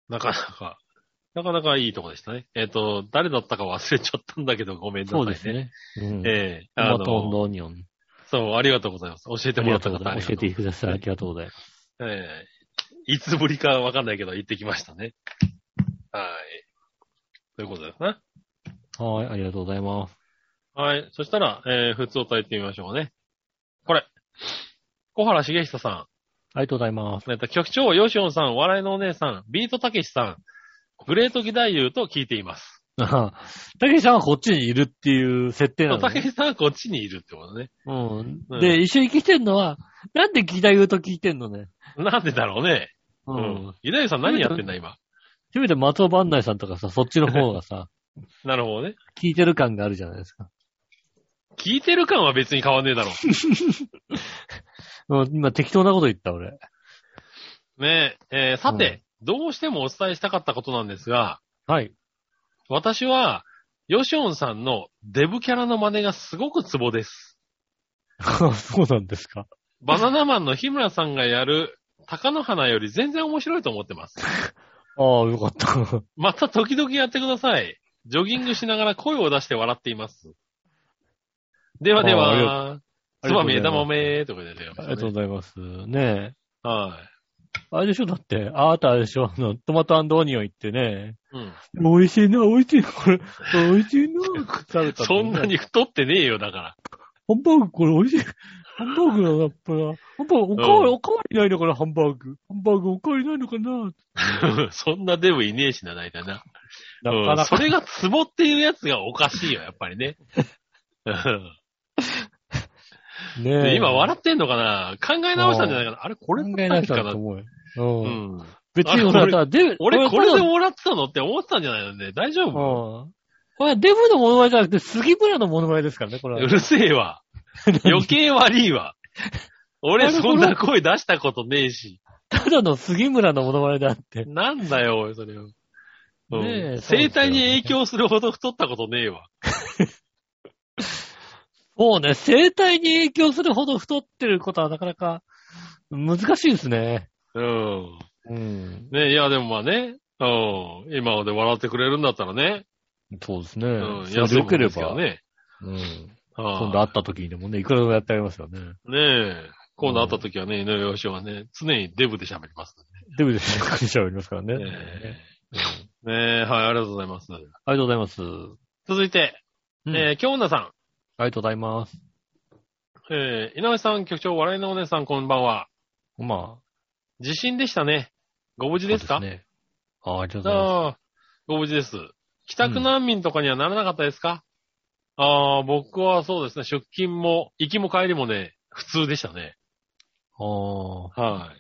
Speaker 2: ー、なかなか、なかなかいいとこでしたね。えっ、と、誰だったか忘れちゃったんだけどごめんなさい
Speaker 1: そう
Speaker 2: ね。
Speaker 1: ですね。うん。
Speaker 2: ええ
Speaker 1: ト
Speaker 2: あ
Speaker 1: マ
Speaker 2: の
Speaker 1: トオニオン。
Speaker 2: そう、ありがとうございます。教えて
Speaker 1: あ
Speaker 2: も
Speaker 1: りが
Speaker 2: らった
Speaker 1: とうご
Speaker 2: こと
Speaker 1: ざ
Speaker 2: あ
Speaker 1: いま
Speaker 2: りが
Speaker 1: す。
Speaker 2: と
Speaker 1: 教
Speaker 2: う
Speaker 1: えてください。ありがとうございます。
Speaker 2: ええいつぶりかわかんないけど、行ってきましたね。はい。ということですね。
Speaker 1: はい、ありがとうございます。
Speaker 2: はい。そしたら、えー、普通を炊いてみましょうね。これ。小原茂久さん。
Speaker 1: ありがとうございます。
Speaker 2: えっと、局長、ヨシオンさん、笑いのお姉さん、ビートたけしさん、グレートギダイユと聞いています。
Speaker 1: [laughs] たけしさんはこっちにいるっていう設定なの
Speaker 2: たけ
Speaker 1: ね。
Speaker 2: しさんはこっちにいるってことね。
Speaker 1: う。
Speaker 2: うんん
Speaker 1: で、一緒に来てんのは、なんでギタ言うと聞いてんのね。
Speaker 2: なんでだろうね。
Speaker 1: う。。
Speaker 2: うんギダイユさん何やってんだ、今。
Speaker 1: せめて松尾万内さんとかさ、そっちの方が
Speaker 2: [laughs]
Speaker 1: さ、
Speaker 2: なるほどね。
Speaker 1: 聞いてる感があるじゃないですか。
Speaker 2: 聞いてる感は別に変わんねえだろ
Speaker 1: うん、今適当なこと言った、俺。
Speaker 2: う。ねえ。えーさて、どうしてもお伝えしたかったことなんですが、
Speaker 1: はい。
Speaker 2: 私は、ヨシオンさんのデブキャラの真似がすごくツボです。
Speaker 1: [laughs] そうなんですか。
Speaker 2: バナナマンの日村さんがやる、高野花より全然面白いと思ってます。
Speaker 1: ああ、よか
Speaker 2: [laughs]
Speaker 1: った。
Speaker 2: また時々やってください。ジョギングしながら声を出して笑っています。ではでは、
Speaker 1: ありがと
Speaker 2: つ
Speaker 1: う
Speaker 2: ばみ枝豆とかで
Speaker 1: ありがとうございます。ねえ。
Speaker 2: は
Speaker 1: あれでしょだって、ああとあれでしょあの、トマトオニオン行ってね。
Speaker 2: い。うん。
Speaker 1: 美味しいな、美味しいな、これ。美味しいな、食べたの
Speaker 2: そんな。に太ってねえよ、だから。 [laughs]
Speaker 1: ハンバーグ、これ美味しい。ハンバーグだな、やっぱな。ハンバーグ、おかわり、
Speaker 2: うん
Speaker 1: おかわりないのかな、ハンバーグ。ハンバーグ、おかわりないのかな。
Speaker 2: そんなデブいねえしな、大体な。
Speaker 1: なか
Speaker 2: う
Speaker 1: なん
Speaker 2: そ
Speaker 1: か、
Speaker 2: れがツボっていうやつがおかしいよ、やっぱりね。
Speaker 1: [laughs]
Speaker 2: うん
Speaker 1: ね
Speaker 2: で
Speaker 1: え。
Speaker 2: 今笑ってんのかな考え直したんじゃないかなあれ、これ
Speaker 1: 考
Speaker 2: だ
Speaker 1: え
Speaker 2: っ
Speaker 1: な
Speaker 2: た
Speaker 1: く
Speaker 2: っけ
Speaker 1: ただ
Speaker 2: かな
Speaker 1: と思うよ。
Speaker 2: う
Speaker 1: うん。
Speaker 2: ん。
Speaker 1: 別に俺
Speaker 2: あ
Speaker 1: は
Speaker 2: れ
Speaker 1: さ、デブ、
Speaker 2: 俺、これで
Speaker 1: も、
Speaker 2: もらってたのって思ってたんじゃないのね。大丈
Speaker 1: うん。
Speaker 2: 夫
Speaker 1: これはデブのモノマネじゃなくて、杉村のモノマネですからね、これは。
Speaker 2: うるせ
Speaker 1: [laughs]
Speaker 2: えわ。余計悪いわ。
Speaker 1: あ
Speaker 2: 俺、
Speaker 1: れ
Speaker 2: そんな声出したことねえし。
Speaker 1: ただの杉村のモノマネであって。
Speaker 2: なんだよ、おいそれを。うん
Speaker 1: ねえ
Speaker 2: 生態に影響するほど太ったことねえわ。
Speaker 1: そうね、生体に影響するほど太ってることはなかなか難しいですね。
Speaker 2: うん。
Speaker 1: うん。
Speaker 2: ねえいや、でもまあね。うん。今まで笑ってくれるんだったらね。
Speaker 1: そうですね。
Speaker 2: うん。
Speaker 1: それ
Speaker 2: 安い
Speaker 1: でよ
Speaker 2: も
Speaker 1: け
Speaker 2: ん
Speaker 1: れ
Speaker 2: ですけ
Speaker 1: ば、
Speaker 2: どね。
Speaker 1: うん。今
Speaker 2: 今
Speaker 1: 度会った時にでもね、いくらでもやってありますよね。
Speaker 2: ねえ。今度会った時はね、井上洋翔はね、常にデブで喋ります
Speaker 1: デブでしょ、感謝ありますからね。 [laughs]
Speaker 2: ね。
Speaker 1: ね
Speaker 2: ねえ。ねえ、はい、ありがとうございます。
Speaker 1: ありがとうございます。
Speaker 2: 続いて、
Speaker 1: うん
Speaker 2: えー、京奈さん。
Speaker 1: ありがとうございます。
Speaker 2: えー、井上さん、局長、笑いのお姉さん、こんばんは。
Speaker 1: まあ、
Speaker 2: 地震でしたね。ご無事ですか
Speaker 1: そうねああ、ありがとうございます。
Speaker 2: ああ、ご無事です。帰宅難民とかにはならなかったですか、ああ、僕はそうですね、出勤も、行きも帰りもね、普通でしたね。
Speaker 1: ああ。
Speaker 2: は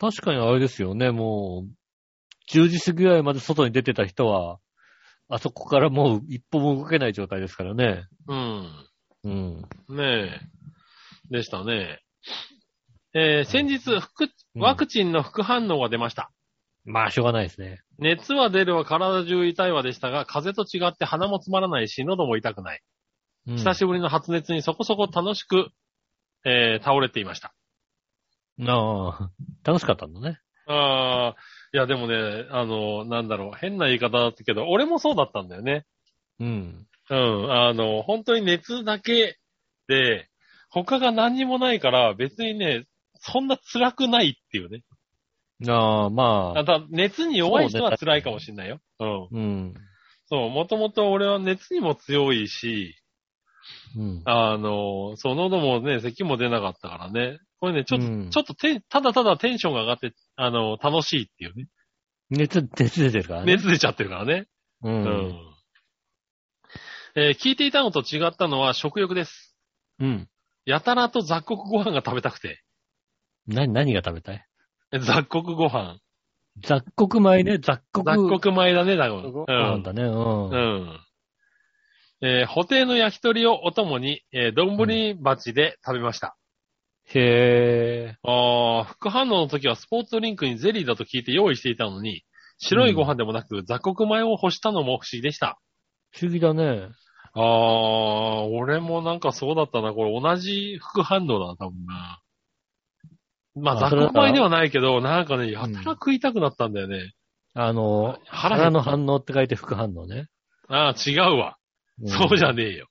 Speaker 1: 確かにあれですよね、もう、10時過ぎぐらいまで外に出てた人は、あそこからもう一歩も動けない状態ですからね。
Speaker 2: い。うん。
Speaker 1: うん。
Speaker 2: ねえ。でしたね。えー、先日、副、ワクチンの副反応が出ました。
Speaker 1: まあ、しょうがないですね。
Speaker 2: 熱は出るわ、体中痛いわでしたが、風邪と違って鼻も詰まらないし、喉も痛くない。久しぶりの発熱にそこそこ楽しく、えー倒れていました。
Speaker 1: ああ、楽しかったんだね。
Speaker 2: ああ、いやでもね、あの、なんだろう、変な言い方だったけど、俺もそうだったんだよね。
Speaker 1: うん。
Speaker 2: うん、あの、本当に熱だけで、他が何にもないから、別にね、そんな辛くないっていうね。
Speaker 1: ああ、ま
Speaker 2: た
Speaker 1: あ、
Speaker 2: だ、熱に弱い人は辛いかもしれないよ。うん。
Speaker 1: うん。
Speaker 2: そう、もともと俺は熱にも強いし、
Speaker 1: うん。
Speaker 2: あの、そう、喉もね、咳も出なかったからね。これね、ちょっと、
Speaker 1: うん
Speaker 2: ちょっとテン、ただただテンションが上がって、あの、楽しいっていうね。
Speaker 1: 熱、熱出てるからね。
Speaker 2: 熱出ちゃってるからね。
Speaker 1: う
Speaker 2: うん。
Speaker 1: ん。
Speaker 2: えー聞いていたのと違ったのは食欲です。
Speaker 1: うん。
Speaker 2: やたらと雑穀ご飯が食べたくて。
Speaker 1: な、何が食べたい
Speaker 2: え雑穀ご飯。
Speaker 1: 雑穀米ね、雑穀。
Speaker 2: 雑穀米だね、だご
Speaker 1: ご
Speaker 2: う
Speaker 1: 飯
Speaker 2: ん。
Speaker 1: だね。う。
Speaker 2: うんん。えー、補定の焼き鳥をお供に、えー、丼鉢で食べました。
Speaker 1: へえ。
Speaker 2: ああ、副反応の時はスポーツドリンクにゼリーだと聞いて用意していたのに、白いご飯でもなく雑穀米を干したのも不思議でした。
Speaker 1: 不思議だね。
Speaker 2: ああ、俺もなんかそうだったな。これ同じ副反応だな、多分な。ま
Speaker 1: あ
Speaker 2: あ、雑
Speaker 1: それだ
Speaker 2: 穀米ではないけど、なんかね、やた
Speaker 1: うん
Speaker 2: ら食いたくなったんだよね。
Speaker 1: あの、
Speaker 2: 腹減
Speaker 1: 腹
Speaker 2: っ
Speaker 1: の反応って書いて副反応ね。
Speaker 2: ああ、違うわ。
Speaker 1: ん
Speaker 2: そうじゃねえよ。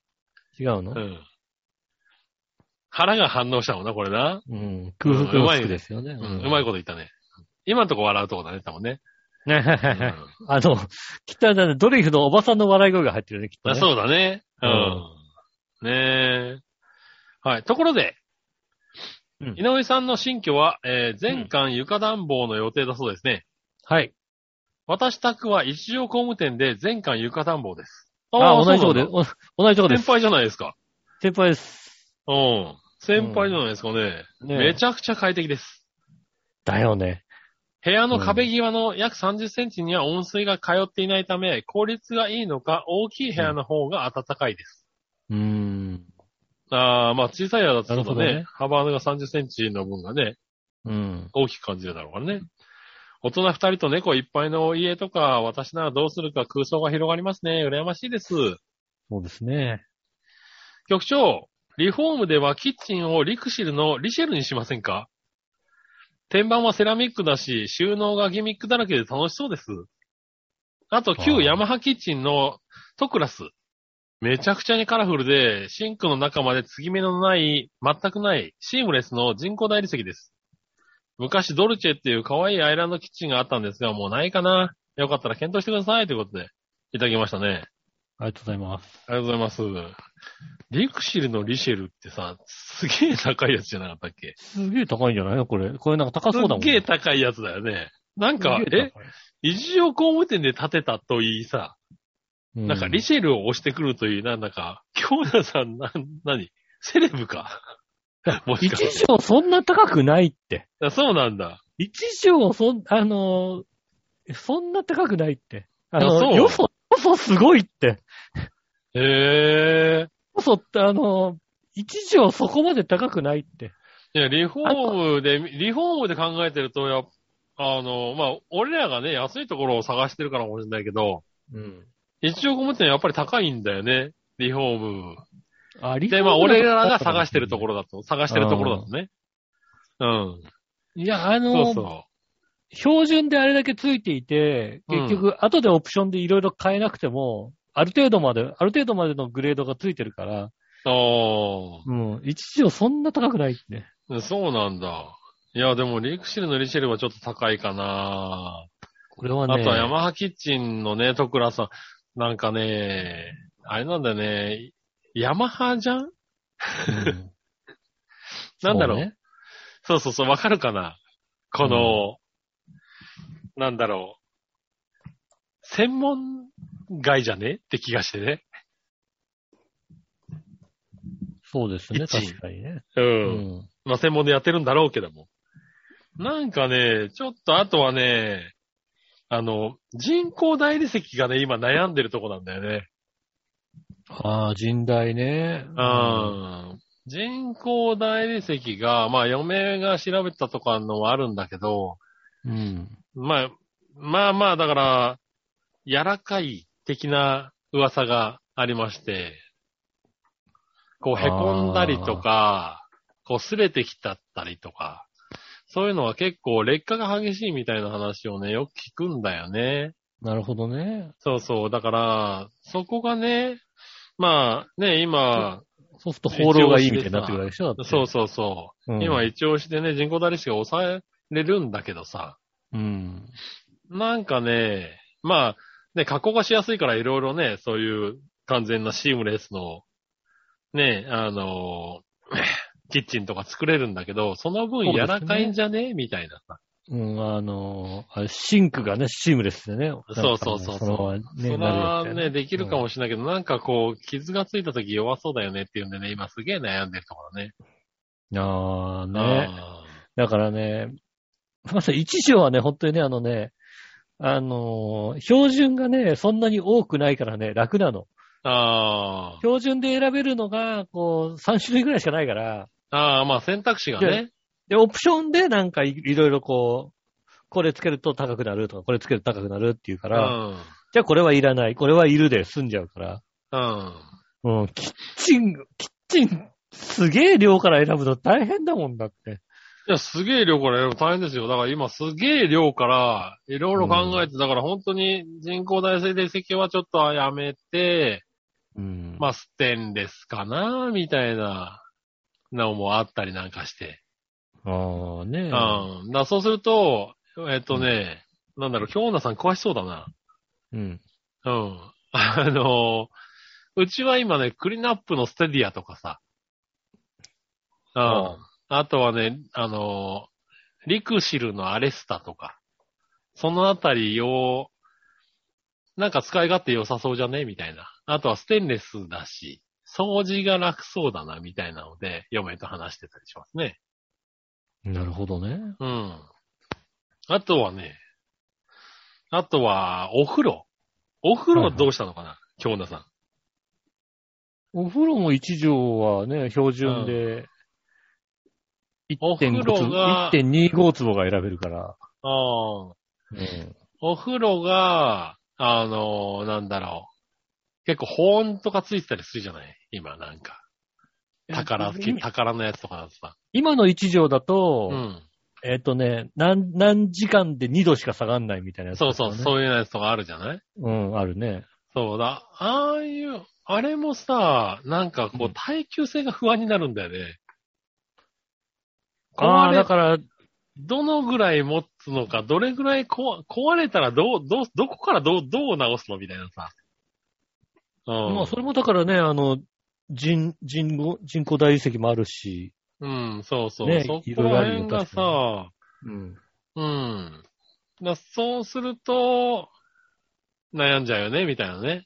Speaker 1: 違うの
Speaker 2: うん。腹が反応したもんな、これな。
Speaker 1: うん。空腹
Speaker 2: う
Speaker 1: の
Speaker 2: まい
Speaker 1: 服ですよね。
Speaker 2: う、
Speaker 1: うん
Speaker 2: うまいこと言ったね。今のとこ笑うとこだね、多分ね。
Speaker 1: ね [laughs]
Speaker 2: う
Speaker 1: あの、きっとあれだね、ドリフのおばさんの笑い声が入ってるね、きっと
Speaker 2: ん、
Speaker 1: ね。
Speaker 2: そうだね。う
Speaker 1: うん
Speaker 2: ん。ねえ。はい。ところで、
Speaker 1: うん
Speaker 2: 井上さんの新居は、えー全館床暖房の予定だそうですね。
Speaker 1: はい。
Speaker 2: 私宅は一条工務店で全館床暖房です。
Speaker 1: あ、同じと
Speaker 2: そ
Speaker 1: こ
Speaker 2: うな
Speaker 1: で、
Speaker 2: んだ
Speaker 1: お [laughs] 同じとこです。
Speaker 2: 先輩じゃないですか。
Speaker 1: 先輩です。
Speaker 2: うん。先輩じゃないですかね。
Speaker 1: ね
Speaker 2: めちゃくちゃ快適です。
Speaker 1: だよね。
Speaker 2: 部屋の壁際の約30センチには温水が通っていないため、効率がいいのか、大きい部屋の方が暖かいです。
Speaker 1: うーん。
Speaker 2: ああ、まあ小さい部屋だとちょっと
Speaker 1: なるほ
Speaker 2: ね、
Speaker 1: どね
Speaker 2: 幅が30センチの分がね、
Speaker 1: うん。
Speaker 2: 大きく感じるだろうからね。大人二人と猫いっぱいの家とか、私ならどうするか空想が広がりますね。羨ましいです。
Speaker 1: そうですね。
Speaker 2: 局長、リフォームではキッチンをリクシルのリシェルにしませんか天板はセラミックだし、収納がギミックだらけで楽しそうです。あと、
Speaker 1: あ
Speaker 2: 旧
Speaker 1: ー
Speaker 2: ヤマハキッチンのトクラス。めちゃくちゃにカラフルで、シンクの中まで継ぎ目のない、全くない、シームレスの人工大理石です。昔ドルチェっていう可愛いアイランドキッチンがあったんですが、もうないかな。よかったら検討してください。ということで、いただきましたね。
Speaker 1: ありがとうございます。
Speaker 2: ありがとうございます。リクシルのリシェルってさ、すげえ高いやつじゃなかったっけ
Speaker 1: すげえ高いんじゃないのこれ。これなんか高そうだもん。
Speaker 2: すっげえ高いやつだよね。なんか、
Speaker 1: すげ
Speaker 2: え
Speaker 1: え、高い、
Speaker 2: 一条工務店で建てたといいさ、
Speaker 1: う
Speaker 2: なんかリシェルを押してくるといい、なんだか、京奈さん、なん、何セレ
Speaker 1: [laughs]
Speaker 2: ブか。もし
Speaker 1: 一
Speaker 2: かして。
Speaker 1: 畳そんな高くないって。
Speaker 2: あそうなんだ。
Speaker 1: 一畳そん、あのーそんな高くないって。あ
Speaker 2: あ
Speaker 1: の、
Speaker 2: そう
Speaker 1: よそ、よそすごいって。
Speaker 2: へえ。
Speaker 1: よそってあのー一畳そこまで高くないって。
Speaker 2: いや、リフォームで、リフォームで考えてると、やっあの、まあ、俺らがね、安いところを探してるからかもしれないけど、
Speaker 1: うん。
Speaker 2: 一条工務店はやっぱり高いんだよね。リフォーム。
Speaker 1: あり
Speaker 2: で、まあ、俺らが探してるところだと、探してるところだとね。うん。
Speaker 1: いや、あのー
Speaker 2: そうそ
Speaker 1: 標準であれだけついていて、
Speaker 2: うん
Speaker 1: 結局、後でオプションでいろいろ変えなくても、ある程度まで、ある程度までのグレードがついてるから、
Speaker 2: う。お
Speaker 1: うん、一畳そんな高くないって。
Speaker 2: ーそうなんだ。いや、でも、リクシルのリシェルはちょっと高いかな、
Speaker 1: これはね、
Speaker 2: あとは、ヤマハキッチンのね、徳倉さん。なんかね、あれなんだよね。ヤマハじゃん
Speaker 1: うん
Speaker 2: [laughs] なんだろう
Speaker 1: そね
Speaker 2: そうそうそう、わかるかなこの、なんだろう。専門外じゃねって気がしてね。
Speaker 1: そうですね、
Speaker 2: 一
Speaker 1: 確かにね。う
Speaker 2: うん
Speaker 1: ん。
Speaker 2: まあ、専門でやってるんだろうけども。なんかね、ちょっとあとはね、あの、人工大理石がね、今悩んでるとこなんだよね。
Speaker 1: ああ、人大ね。
Speaker 2: うん。人工大理石が、まあ、嫁が調べたとかのはあるんだけど、
Speaker 1: うん。うん。
Speaker 2: まあ、まあまあ、だから、柔らかい的な噂がありまして、こう、へこんだりとか、こう、擦れてきたったりとか、そういうのは結構劣化が激しいみたいな話をね、よく聞くんだよね。
Speaker 1: なるほどね。
Speaker 2: そうそう。だから、そこがね、まあね、今、
Speaker 1: そうすると放浪がいいみたいになってくるでしょ、だって
Speaker 2: そうそうそうう。
Speaker 1: ん。
Speaker 2: 今一押しでね、人工大理石が抑えれるんだけどさ、
Speaker 1: うん。
Speaker 2: なんかね、まあ、ね、加工がしやすいからいろいろね、そういう完全なシームレスの、ね、あの、 [laughs] キッチンとか作れるんだけど、その分
Speaker 1: そうです
Speaker 2: 柔
Speaker 1: ね
Speaker 2: らかいんじゃねみたいなさ。
Speaker 1: うん、あのーあれシンクがね、シームレスでね。
Speaker 2: そうそうそうそ
Speaker 1: な
Speaker 2: う
Speaker 1: んかもそ
Speaker 2: そ
Speaker 1: の
Speaker 2: れ
Speaker 1: まま
Speaker 2: は
Speaker 1: ね、なるやつだよ
Speaker 2: ね、できるかもしれないけど、なんかこう、傷がついた時弱そうだよねっていうんでね、今すげえ悩んでるところね。
Speaker 1: ああ、ね。
Speaker 2: あ
Speaker 1: だからね、まさに一条はね、本当にね、あのね、あのー標準がね、そんなに多くないからね、楽なの。
Speaker 2: ーあー。
Speaker 1: 標準で選べるのが、こう、3種類ぐらいしかないから、
Speaker 2: ああ、まあ選択肢がね。
Speaker 1: で、オプションでなんかいいろいろこう、これつけると高くなるとか、これつけると高くなるっていうか
Speaker 2: う
Speaker 1: ら、
Speaker 2: ん。
Speaker 1: じゃあこれはいらない、これはいるで済んじゃうから。
Speaker 2: うん。
Speaker 1: うん、キッチン、キッチン、すげえ量から選ぶの大変だもんだって。
Speaker 2: いや、すげえ量からやるの大変ですよ。だから今すげえ量から、いろいろ考えて、だから本当に人工大生で石油はちょっとやめて、
Speaker 1: うん
Speaker 2: まあ、ステンレスかな、みたいな。のもあったりなんかして。
Speaker 1: ああ、ねえ。
Speaker 2: うん。だそうすると、えっとね、なんだろう、京女さん詳しそうだな。
Speaker 1: うん。
Speaker 2: うん。あのーうちは今ね、クリナップのステディアとかさ。うん。
Speaker 1: あ
Speaker 2: あとはね、あのーリクシルのアレスタとか。そのあたりを、なんか使い勝手良さそうじゃねみたいな。あとはステンレスだし、掃除が楽そうだな、みたいなので、嫁と話してたりしますね。
Speaker 1: なるほどね。
Speaker 2: うん。あとはね、あとは、お風呂。お風呂はどうしたのかな、京奈さ
Speaker 1: お風呂も一畳はね、標準で、
Speaker 2: お風
Speaker 1: 1.5
Speaker 2: 呂
Speaker 1: 坪、
Speaker 2: が
Speaker 1: 1.25坪が選べるから。
Speaker 2: ん。ああ。
Speaker 1: うん。
Speaker 2: お風呂が、あのーなんだろう。結構保温とかついてたりするじゃない今なんか。宝付き、宝のやつとかだとさ。
Speaker 1: 今の1畳だ
Speaker 2: う
Speaker 1: と、
Speaker 2: ん。
Speaker 1: えっ、とね、何、何時間で2度しか下がんないみたいなやつ、
Speaker 2: そうそう、
Speaker 1: う。
Speaker 2: そういうやつとかあるじゃない
Speaker 1: うん、あるね。
Speaker 2: そうだ。ああいう、あれもさ、なんか
Speaker 1: う
Speaker 2: こうん耐久性が不安になるんだよね。
Speaker 1: ああ、
Speaker 2: 壊れ
Speaker 1: だから、
Speaker 2: どのぐらい持つのか、どれぐらい壊壊れたらどう、どう、どこからどう、どう直すのみたいなさ。うん。
Speaker 1: まあそれもだからね、あの、人、人工、人工大理石もあるし。
Speaker 2: うん、そうそう。
Speaker 1: ね
Speaker 2: そ
Speaker 1: い
Speaker 2: こ
Speaker 1: ろいろあ
Speaker 2: ら
Speaker 1: るよ
Speaker 2: 辺がさ、
Speaker 1: うん。
Speaker 2: うん。だそうすると、悩んじゃうよね、みたいなね。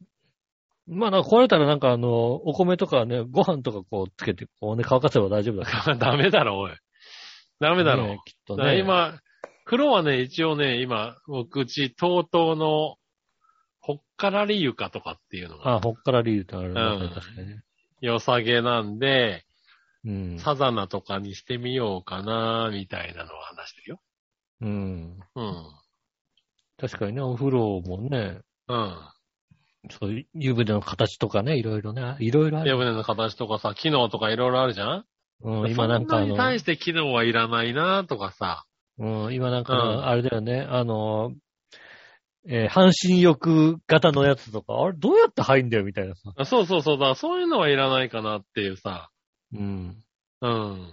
Speaker 2: [laughs]
Speaker 1: まあなんか壊れたらなんかあの、お米とかね、ご飯とかこうつけて、こうね、乾かせば大丈夫だけ
Speaker 2: ダメだろ、おい。ダメ
Speaker 1: ど
Speaker 2: だろ。
Speaker 1: ねきっと
Speaker 2: だから
Speaker 1: ね。
Speaker 2: 今、黒はね、一応ね、今、僕、うち、とうとうの、ほっからり床とかっていうのが、
Speaker 1: あ、ほっから理由ってあるね
Speaker 2: うん
Speaker 1: 確かにね。
Speaker 2: 良さげなんで、
Speaker 1: うん。
Speaker 2: サザナとかにしてみようかな、みたいなのを話してるよ。
Speaker 1: うん。
Speaker 2: うん。
Speaker 1: 確かにね、お風呂もね、
Speaker 2: うん。
Speaker 1: そういう湯船の形とかね、いろいろね、いろいろあ
Speaker 2: 湯
Speaker 1: る。
Speaker 2: 船の形とかさ、機能とかいろいろあるじゃん
Speaker 1: うん、今なんか
Speaker 2: そ
Speaker 1: あ
Speaker 2: んな
Speaker 1: の、
Speaker 2: に対して機能はいらないな、とかさ。
Speaker 1: うん、今なんかね、
Speaker 2: うん
Speaker 1: あれだよね、あの、えー半身浴型のやつとか、あれどうやって入んだよみたいなさ。
Speaker 2: あそうそうそうだ、そういうのはいらないかなっていうさ。
Speaker 1: うん。
Speaker 2: うん。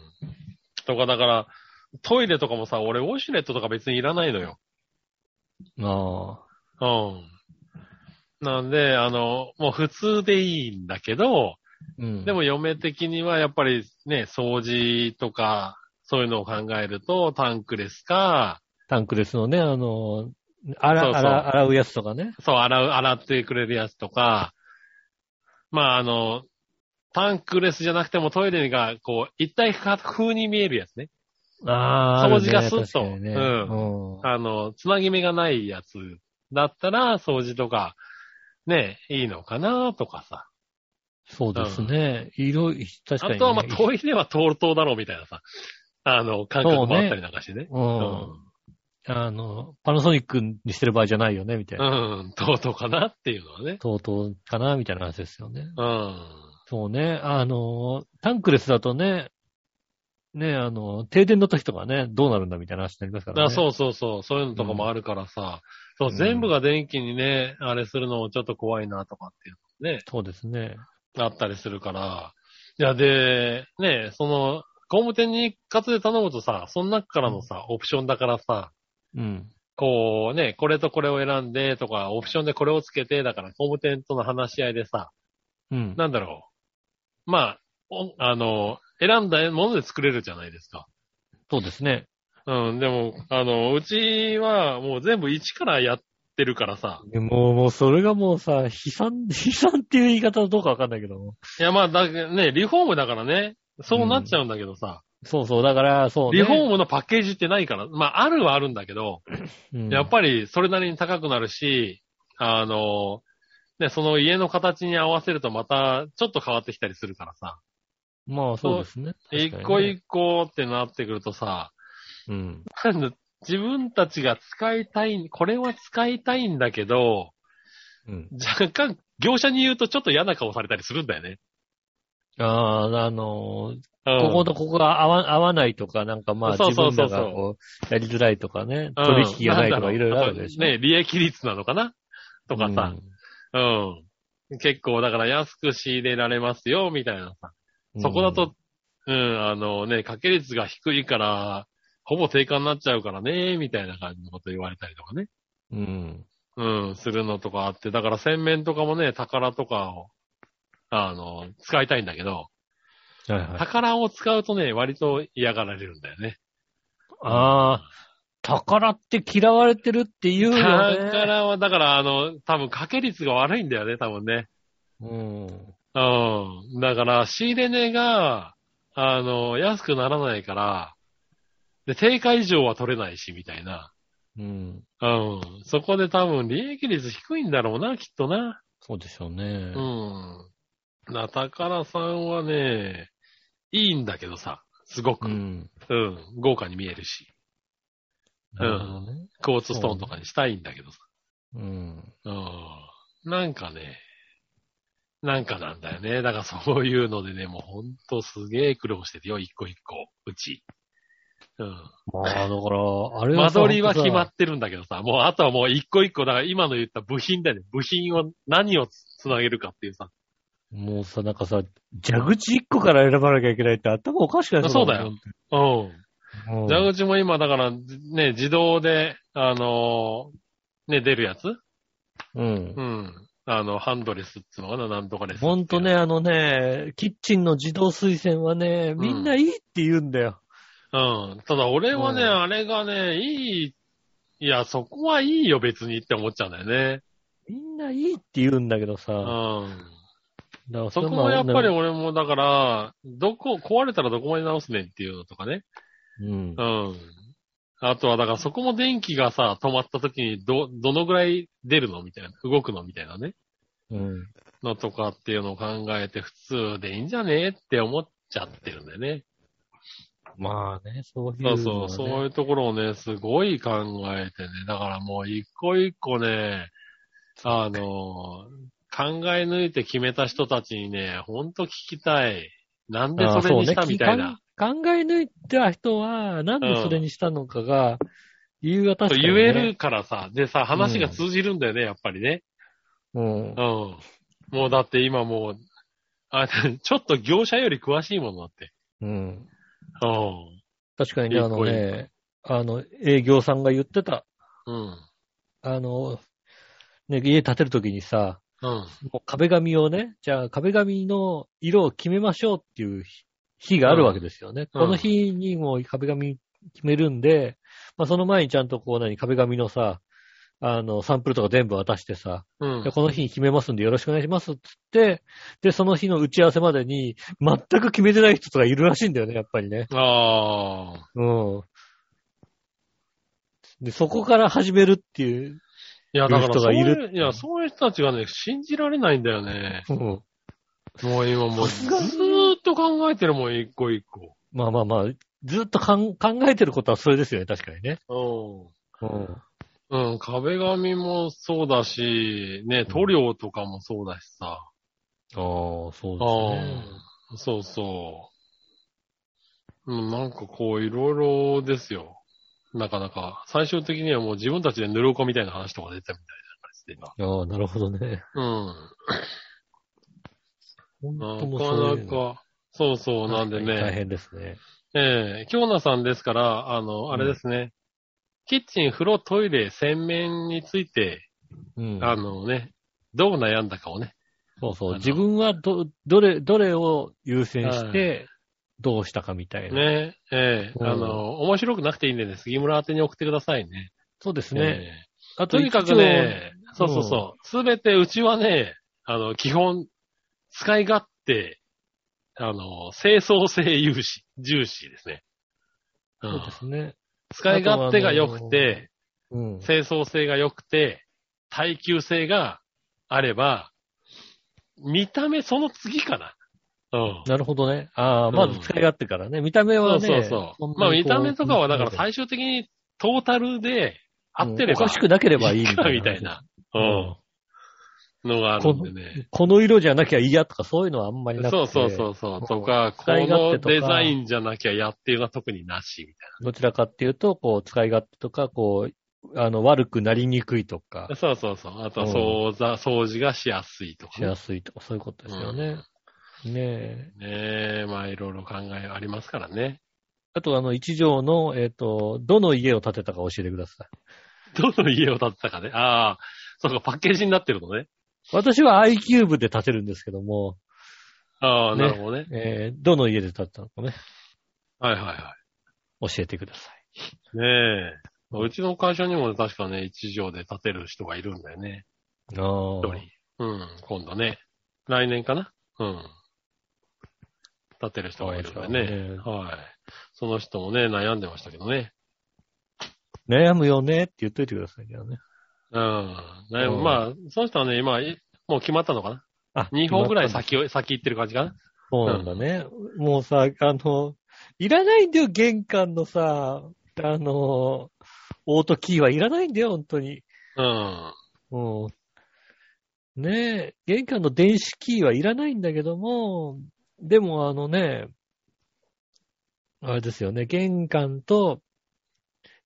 Speaker 2: とか、だから、トイレとかもさ、俺ウォシュレットとか別にいらないのよ。
Speaker 1: あ
Speaker 2: うん。なんで、あの、もう普通でいいんだけど、
Speaker 1: あ。うん。
Speaker 2: でも嫁的にはやっぱりね、掃除とか、そういうのを考えると、タンクレスか、
Speaker 1: タンクレスのね、あの、洗
Speaker 2: そうそう
Speaker 1: 洗洗うやつとかね。
Speaker 2: そう、洗う、洗ってくれるやつとか、まああの、タンクレスじゃなくてもトイレが、こう、一体化風に見えるやつね。
Speaker 1: ああ、
Speaker 2: 掃除がスッと
Speaker 1: あるね確かにね
Speaker 2: う
Speaker 1: うん。
Speaker 2: あの、つなぎ目がないやつだったら、掃除とか、ね、いいのかなとかさ。
Speaker 1: そうですね。いろいろ、確かに、
Speaker 2: あ
Speaker 1: ね。
Speaker 2: とは、まあ、トイレは通る灯だろうみたいなさ、あの、感覚もあったりなんかしてね。
Speaker 1: うん。あの、パナソニックにしてる場合じゃないよね、みたいうな。
Speaker 2: ん、灯灯かなっていうのはね。
Speaker 1: とうとうかな、みたいな話ですよね。
Speaker 2: うん。
Speaker 1: そうね。あの、タンクレスだとね、ね、あの、停電の時とかね、どうなるんだみたいな話になりますからね。
Speaker 2: あそうそうそう。そういうのとかもあるからさ。そう、全部が電気にね、あれするのもちょっと怖いなとかっていうのね、
Speaker 1: そうですね。
Speaker 2: あったりするから。いや、で、ね、その、工務店に一括で頼むとさ、その中からのさ、オプションだからさ、
Speaker 1: うん。
Speaker 2: こうね、これとこれを選んでとか、オプションでこれをつけて、だから工務店との話し合いでさ、
Speaker 1: うん。
Speaker 2: なんだろう。まあ、おあの、選んだもので作れるじゃないですか。
Speaker 1: そうですね。
Speaker 2: うん、でも、あの、うちはもう全部一からやってるからさ。
Speaker 1: でもう、もう、それがもうさ、悲惨、 [laughs] 悲惨っていう言い方はどうかわかんないけども。
Speaker 2: いや、まあ、だけね、リフォームだからね、そうなっちゃうんだけどさ、
Speaker 1: そうそう、だから、そう、ね。
Speaker 2: リフォームのパッケージってないから、まあ、あるはあるんだけど、
Speaker 1: うん
Speaker 2: やっぱりそれなりに高くなるし、あの、ね、その家の形に合わせるとまたちょっと変わってきたりするからさ、
Speaker 1: まあ、そうですね。
Speaker 2: 一
Speaker 1: 確か
Speaker 2: 個
Speaker 1: にね
Speaker 2: 一個ってなってくるとさ、
Speaker 1: うん。
Speaker 2: なんだ自分たちが使いたい、これは使いたいんだけど、
Speaker 1: うん。
Speaker 2: 若干、業者に言うとちょっと嫌な顔されたりするんだよね。
Speaker 1: ああ、あのー
Speaker 2: うん
Speaker 1: こことここが合わ合わないとか、なんかまあ、
Speaker 2: そう
Speaker 1: 自
Speaker 2: そう
Speaker 1: 分
Speaker 2: そうそう
Speaker 1: らがこう、やりづらいとかね、
Speaker 2: うん
Speaker 1: 取引がないと
Speaker 2: んだろ
Speaker 1: か
Speaker 2: う
Speaker 1: いろいろあるわけでしょ。
Speaker 2: あとね、利益率なのかなとかさ、うん、結構だから安く仕入れられますよ、みたいなさ。
Speaker 1: うん、
Speaker 2: そこだと、うん、あのね、掛け率が低いから、ほぼ定価になっちゃうからね、みたいな感じのこと言われたりとかね。
Speaker 1: うん、うん。
Speaker 2: うん、するのとかあって、だから洗面とかもね、宝とかを、あの、使いたいんだけど、
Speaker 1: はいはい。
Speaker 2: 宝を使うとね、割と嫌がられるんだよね。
Speaker 1: ああ、宝って嫌われてるって言うよね。
Speaker 2: 宝は、だからあの、多分掛け率が悪いんだよね、多分ね。
Speaker 1: うん。
Speaker 2: うん。だから、仕入れ値が、あの、安くならないから、で、定価以上は取れないし、みたいな。
Speaker 1: うん。
Speaker 2: うん。そこで多分、利益率低いんだろうな、きっとな。
Speaker 1: そうでしょうね。
Speaker 2: うん。な、宝さんはね、いいんだけどさ、すごく。
Speaker 1: う
Speaker 2: うん。
Speaker 1: ん。
Speaker 2: 豪華に見えるし、
Speaker 1: なるほどね。
Speaker 2: クォーツストーンとかにしたいんだけどさ。
Speaker 1: うん。
Speaker 2: うん。なんかね、なんかなんだよね。だからそういうのでね、もうほんとすげえ苦労しててよ、一個一個、うち。うん。
Speaker 1: まあ、だから、あれ
Speaker 2: 間
Speaker 1: はさ
Speaker 2: 取りは決ま
Speaker 1: 本
Speaker 2: ってるんだけどさ、もうあとはもう一個一個、だから今の言った部品だよね。部品を何をつなげるかっていうさ。
Speaker 1: 当さもうさ、なんかさ、蛇口1個から選ばなきゃいけないって頭おかしくない
Speaker 2: うん。
Speaker 1: うん。
Speaker 2: 蛇口も今だから、ね、自動で、あのーね、出るやつ
Speaker 1: うん
Speaker 2: う。ん。あの、ハンドレスっつうのかな、なんとかレス。
Speaker 1: ほんとね、。あのね、キッチンの自動水洗はね、みんないいって言うんだよ。
Speaker 2: うん。ただ俺はね、
Speaker 1: うん
Speaker 2: あれがね、いい、いや、そこはいいよ別にって思っちゃうんだよね。
Speaker 1: みんないいって言うんだけど
Speaker 2: う
Speaker 1: さ、
Speaker 2: ん。
Speaker 1: だから
Speaker 2: そこ
Speaker 1: れ
Speaker 2: もやっぱり
Speaker 1: あ
Speaker 2: 俺もだから、どこ、壊れたらどこまで直すねんっていうのとかね。
Speaker 1: れなん
Speaker 2: う
Speaker 1: だ、
Speaker 2: ん。あとはだからそこも電気がさ、止まった時にど、どのぐらい出るのみたいな。動くのみたいなね。
Speaker 1: うん。うん。
Speaker 2: のとかっていうのを考えて普通でいいんじゃねえって思っちゃってるんだよね。
Speaker 1: まあね、そういうの
Speaker 2: そ
Speaker 1: はね、
Speaker 2: うそう、そういうところをね、すごい考えてね、だからもう一個一個ね、あの、考え抜いて決めた人たちにね、ほんと聞きたい。なんで
Speaker 1: ああ
Speaker 2: それにし
Speaker 1: そ
Speaker 2: た
Speaker 1: うね
Speaker 2: みたいな。
Speaker 1: 考え抜いた人は、なんでそれにしたのかが、理由が
Speaker 2: と
Speaker 1: 確かに、ね。
Speaker 2: 言えるからさ、でさ、話が通じるんだよね、やっぱりね。
Speaker 1: うん
Speaker 2: うん。。もうだって今もう、あ、ちょっと業者より詳しいものだって。
Speaker 1: うん。
Speaker 2: うん
Speaker 1: 確かにね、あの
Speaker 2: 一
Speaker 1: ね、あの、営業さんが言ってた、。
Speaker 2: うん。
Speaker 1: あの、ね、家建てるときにさ、
Speaker 2: うん。
Speaker 1: もう壁紙をね、じゃあ壁紙の色を決めましょうっていう日日があるわけですよね。
Speaker 2: うん
Speaker 1: この日にもう壁紙決めるんで、まあその前にちゃんとこう何、壁紙のさ、あの、サンプルとか全部渡してさ、
Speaker 2: うん
Speaker 1: で。この日に決めますんでよろしくお願いしますっつって、で、その日の打ち合わせまでに、全く決めてない人とかいるらしいんだよね、やっぱりね。
Speaker 2: ああ。
Speaker 1: うん。で、そこから始めるっていう。
Speaker 2: いや、だから
Speaker 1: 人
Speaker 2: そう
Speaker 1: がい
Speaker 2: い
Speaker 1: る
Speaker 2: う、いや、そういう人たちがね、信じられないんだよね。
Speaker 1: うん。
Speaker 2: もう今もう、
Speaker 1: さ
Speaker 2: ず
Speaker 1: すがに
Speaker 2: ーっと考えてるもん、一個一個。
Speaker 1: まあまあまあ、ずっとかん考えてることはそれですよね、確かにね。うん。
Speaker 2: うん。うん、壁紙もそうだし、ね、塗料とかもそうだしさ。
Speaker 1: ああ、そう
Speaker 2: あ
Speaker 1: ですね。
Speaker 2: あー、そうそう。うん、なんかこう、いろいろですよ。なかなか。最終的にはもう自分たちで塗る子みたいな話とか出てたみたいな感じで今。
Speaker 1: ああ、なるほどね。
Speaker 2: うん。
Speaker 1: 本
Speaker 2: な
Speaker 1: 当もうそう
Speaker 2: か
Speaker 1: いう
Speaker 2: な
Speaker 1: の
Speaker 2: か。そうそう、なんでね。
Speaker 1: 大変ですね。
Speaker 2: ええ京奈さんですから、あの、あれですね。キッチン、風呂、トイレ、洗面について、
Speaker 1: うん。
Speaker 2: あのね、どう悩んだかをね。
Speaker 1: そうそ
Speaker 2: あ
Speaker 1: う。
Speaker 2: の
Speaker 1: 自分はど、どれ、どれを優先して、どうしたかみたいな。
Speaker 2: ね、ええ
Speaker 1: うん
Speaker 2: あの、面白くなくていいんでね、杉村宛てに送ってくださいね。
Speaker 1: そうです
Speaker 2: え
Speaker 1: ね。
Speaker 2: え
Speaker 1: あ
Speaker 2: とにかくね、そうそうそう。すべて、うちはね、あの、基本、使い勝手、あの、清掃性有志、重視ですね。う
Speaker 1: そうで
Speaker 2: ん。
Speaker 1: すね。
Speaker 2: 使い勝手が良くて、
Speaker 1: うん。
Speaker 2: 清掃性が良くて、耐久性があれば、見た目その次かな。うん。
Speaker 1: なるほどね。ああ、まず使い勝手からね。見た目
Speaker 2: そ
Speaker 1: は
Speaker 2: う
Speaker 1: ね。
Speaker 2: そうそう。
Speaker 1: ん
Speaker 2: ま
Speaker 1: な
Speaker 2: あ
Speaker 1: に
Speaker 2: 見
Speaker 1: こう
Speaker 2: た目とかはだから最終的にトータルで合ってれば、
Speaker 1: うんおかしくなければいいみ
Speaker 2: いい
Speaker 1: たい
Speaker 2: か
Speaker 1: な。
Speaker 2: みたいな、う
Speaker 1: うん
Speaker 2: ん。のがあるんでね。
Speaker 1: この色じゃなきゃ嫌とかそういうのはあんまりなくて。
Speaker 2: そうそうそうそう。とか、こ
Speaker 1: 使い勝
Speaker 2: の
Speaker 1: 手とか
Speaker 2: デザインじゃなきゃやっていうのは特になし、みたい
Speaker 1: どちらかっていうと、こう、使い勝手とか、こう、あの、悪くなりにくいとか
Speaker 2: な。、そうそうそう。あとは掃除,、掃除がしやすいとか
Speaker 1: し
Speaker 2: ね、
Speaker 1: やすいとか、そういうことですよね。ねえ。
Speaker 2: ねえ、まあいろいろ考えありますからね。
Speaker 1: あと、あの、一条の、えっ、と、どの家を建てたか教えてください。
Speaker 2: [laughs] どの家を建てたかね。ああ、そうか、パッケージになってるのね。
Speaker 1: 私は i キューブで建てるんですけども、
Speaker 2: ああ、
Speaker 1: ね
Speaker 2: なるほどね。
Speaker 1: えーどの家で建てたのかね、
Speaker 2: はいはいは
Speaker 1: 教えてください。
Speaker 2: い。ねえ。うちの会社にもね、確かね、一条で建てる人がいるんだよね。
Speaker 1: ああ
Speaker 2: 一。人。うん、今度ね。来年かなうん。建てる人がいるんだよね。はい。その人もね、悩んでましたけどね。
Speaker 1: 悩むよねって言っといてくださいけどね。
Speaker 2: うん。悩む
Speaker 1: うん
Speaker 2: まあ、その人はね、今、いもう決まったのかな
Speaker 1: あ
Speaker 2: ?2 歩ぐらい
Speaker 1: 決まったんだ
Speaker 2: 先を、先行ってる感じかな
Speaker 1: そうなんだね。もうさ、あの、いらないんだよ、玄関のさ、あの、オートキーはいらないんだよ、本当に。
Speaker 2: うん。
Speaker 1: うん。ねえ、玄関の電子キーはいらないんだけども、でもあのね、あれですよね、玄関と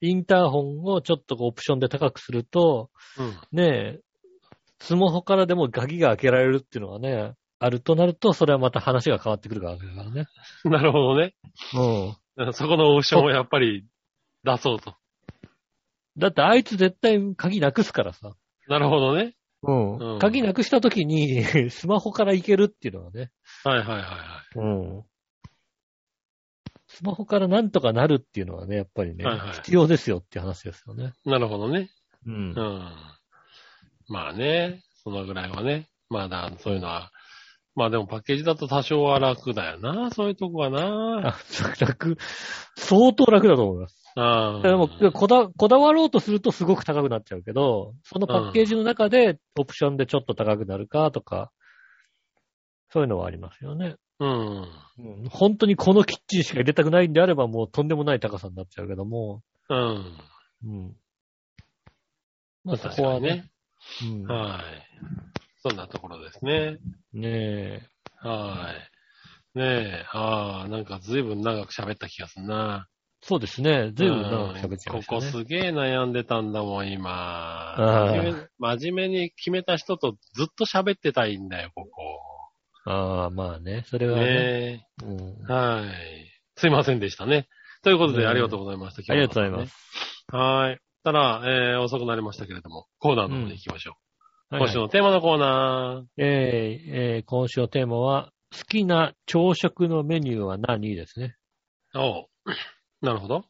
Speaker 1: インターホンをちょっとこうオプションで高くすると、
Speaker 2: うん。
Speaker 1: ねえ、スマホからでも鍵が開けられるっていうのがね、あるとなると、それはまた話が変わってくるわけだからね。
Speaker 2: [laughs] なるほどね。
Speaker 1: うん。
Speaker 2: そこのオプションをやっぱり出そうと。
Speaker 1: だってあいつ絶対鍵なくすからさ。
Speaker 2: なるほどね。
Speaker 1: う
Speaker 2: うん
Speaker 1: 鍵なくした時に [laughs] スマホから行けるっていうのはね。
Speaker 2: はいはいはいは
Speaker 1: うん。スマホからなんとかなるっていうのはね、やっぱりね、
Speaker 2: はいはい
Speaker 1: 必要ですよっていう話ですよね。
Speaker 2: い。なるほどね。
Speaker 1: うん
Speaker 2: う。ん。まあね、そのぐらいはね。まあだ、そういうのは。まあでもパッケージだと多少は楽だよな。そういうとこはな。
Speaker 1: あ、楽、相当楽だと思います。
Speaker 2: うん。
Speaker 1: でもこだ、こだわろうとするとすごく高くなっちゃうけど、そのパッケージの中でオプションでちょっと高くなるかとか、そういうのはありますよね。
Speaker 2: うん。
Speaker 1: 本当にこのキッチンしか入れたくないんであればもうとんでもない高さになっちゃうけども、
Speaker 2: うん。
Speaker 1: うん。まあそ
Speaker 2: 確
Speaker 1: こ
Speaker 2: か
Speaker 1: は
Speaker 2: に
Speaker 1: ね
Speaker 2: ね。。
Speaker 1: うん
Speaker 2: はい。そんなところですね。
Speaker 1: ね
Speaker 2: はい。ねえ、ああ、なんか随分長く喋った気がするな。
Speaker 1: そうですね。随分長く喋っちゃいましたね。
Speaker 2: ここすげえ悩んでたんだもん、今。
Speaker 1: あー
Speaker 2: 真面目真面目に決めた人とずっと喋ってたいんだよ、こ
Speaker 1: ああ、まあね。それ
Speaker 2: こ。
Speaker 1: はね。
Speaker 2: ね
Speaker 1: うん
Speaker 2: え。はい。すいませんでしたね。ということ
Speaker 1: う
Speaker 2: で、
Speaker 1: ん
Speaker 2: ありがとうございました。。
Speaker 1: ありがとうございます
Speaker 2: はい。たら、えー、遅くなりましたけれども、コーナーの方に行きましょう。
Speaker 1: はいは
Speaker 2: 今
Speaker 1: い
Speaker 2: 週のテーマのコーナ
Speaker 1: えーえー今週のテーマは、好きな朝食のメニューは何ですね。
Speaker 2: ー。おうなるほど。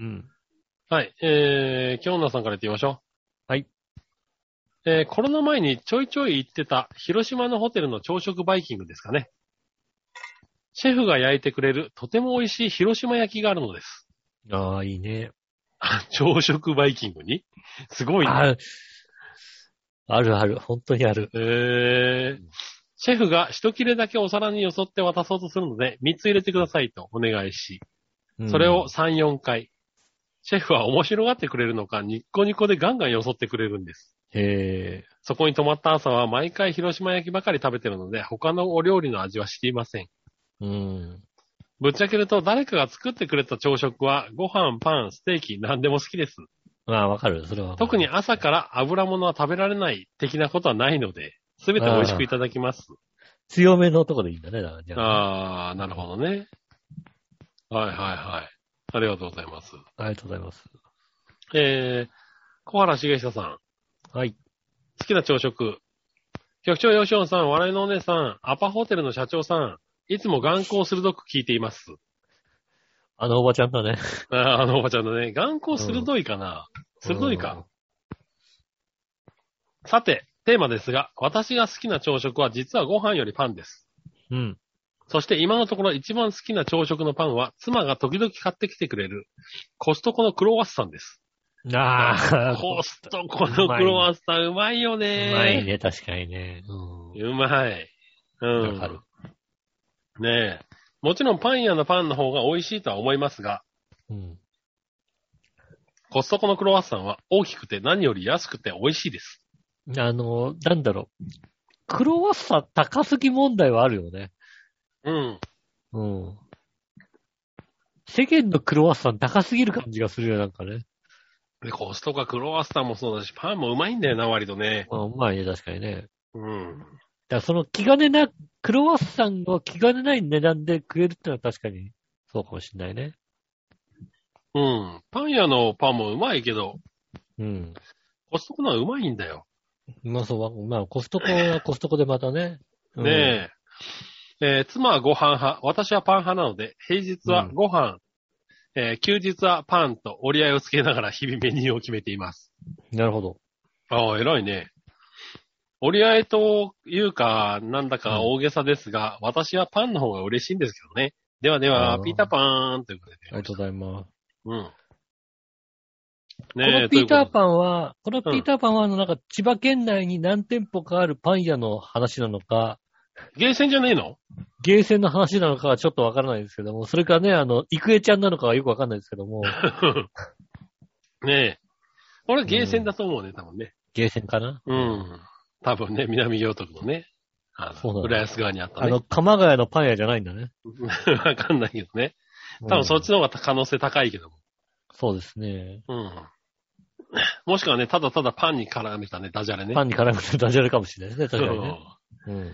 Speaker 1: うん。
Speaker 2: はい。えー、京奈さんから言ってみましょう。
Speaker 1: はい。
Speaker 2: えー、コロナ前にちょいちょい行ってた広島のホテルの朝食バイキングですかね。シェフが焼いてくれるとても美味しい広島焼きがあるのです。 [laughs]
Speaker 1: ああ、いいね。
Speaker 2: あ朝食バイキングにすごいね。
Speaker 1: ああるある。本当にある。
Speaker 2: えー、シェフが一切れだけお皿によそって渡そうとするので、3つ入れてくださいとお願いし、それを3、4回。シェフは面白がってくれるのか、ニッコニコでガンガンよそってくれるんです。
Speaker 1: うん、え
Speaker 2: そこに泊まった朝は毎回広島焼きばかり食べてるので、他のお料理の味は知りません。
Speaker 1: ーうん。
Speaker 2: ぶっちゃけると誰かが作ってくれた朝食は、ご飯、パン、ステーキ、何でも好きです。
Speaker 1: まあ、わかる。それはわかる。
Speaker 2: 特に朝から油物は食べられない的なことはないので、すべて美味しくいただきます。
Speaker 1: 強めのとこでいいんだね。だからじゃあ
Speaker 2: あーなるほどね。はいはいはい。ありがとうございます。
Speaker 1: ありがとうございます。
Speaker 2: えー、小原茂久さん。
Speaker 1: はい。
Speaker 2: 好きな朝食。局長吉ンさん、笑いのお姉さん、アパホテルの社長さん、いつも眼光鋭く聞いています。
Speaker 1: あのおばちゃんだね。
Speaker 2: あ [laughs] ーあのおばちゃんのね、眼光鋭いかな、鋭いか。さて、テーマですが、私が好きな朝食は実はご飯よりパンです。
Speaker 1: うん。
Speaker 2: そして今のところ一番好きな朝食のパンは、妻が時々買ってきてくれる、コストコのクロワッサンです。
Speaker 1: ああ、
Speaker 2: コストコのクロワッサンうまいよ
Speaker 1: う
Speaker 2: ね。
Speaker 1: まいね。確かにね。うん。
Speaker 2: うまい。うん。
Speaker 1: わかる
Speaker 2: ねえ。もちろんパン屋のパンの方が美味しいとは思いますが、
Speaker 1: うん。
Speaker 2: コストコのクロワッサンは大きくて何より安くて美味しいです。
Speaker 1: あの、なんだろう。クロワッサン高すぎ問題はあるよね。
Speaker 2: うん。
Speaker 1: うん。世間のクロワッサン高すぎる感じがするよ、なんかね。
Speaker 2: でコストコはクロワッサンもそうだし、パンもうまいんだよな、割とね。
Speaker 1: まあ、うまいね、確かにね。
Speaker 2: うん。
Speaker 1: だからその気兼ねなクロワッサンを気兼ねない値段で食えるってのは確かにそうかもしれないね。
Speaker 2: うん。パン屋のパンもうまいけど、
Speaker 1: うん。
Speaker 2: コストコのはうまいんだよ。
Speaker 1: まあそう、まあコストコはコストコでまたね。うん
Speaker 2: ねえ。えー妻はご飯派、私はパン派なので、平日はご飯、えー休日はパンと折り合いをつけながら日々メニューを決めています。
Speaker 1: なるほど。
Speaker 2: ああ、偉いね。折り合いというか、なんだか大げさですが、私はパンの方が嬉しいんですけどね。ではで
Speaker 1: あ
Speaker 2: は、
Speaker 1: ー
Speaker 2: ピーターパーンということで。
Speaker 1: ありがとうございます。
Speaker 2: うん。
Speaker 1: こ
Speaker 2: ねえ
Speaker 1: のピーター
Speaker 2: ン。
Speaker 1: パンは、このピーターパンは、あの、なんか、千葉県内に何店舗かあるパン屋の話なのか、
Speaker 2: ゲーセンじゃねえの [laughs]
Speaker 1: ゲーセンの話なのかはちょっとわからないですけども、それかね、あの、イクエちゃんなのかはよくわかんないですけど
Speaker 2: [laughs]
Speaker 1: も、
Speaker 2: ねえ。俺ゲーセンだと思うね、多分ね。
Speaker 1: ゲーセンかな
Speaker 2: うん。多分ね、南行徳のね。あ
Speaker 1: そうだ
Speaker 2: の、
Speaker 1: ね
Speaker 2: 浦安側にあった
Speaker 1: あ
Speaker 2: ね。
Speaker 1: の、鎌ヶ谷のパン屋じゃないんだね。
Speaker 2: [laughs] わかんないけどね。多分そっ
Speaker 1: うん
Speaker 2: ちの方が可能性高いけども。
Speaker 1: そうですね。
Speaker 2: うん。もしくはね、ただただパンに絡めたね、ダジャレね。
Speaker 1: パンに絡めてダジャレかもしれないですね、
Speaker 2: そう
Speaker 1: 確かにね。うん。あり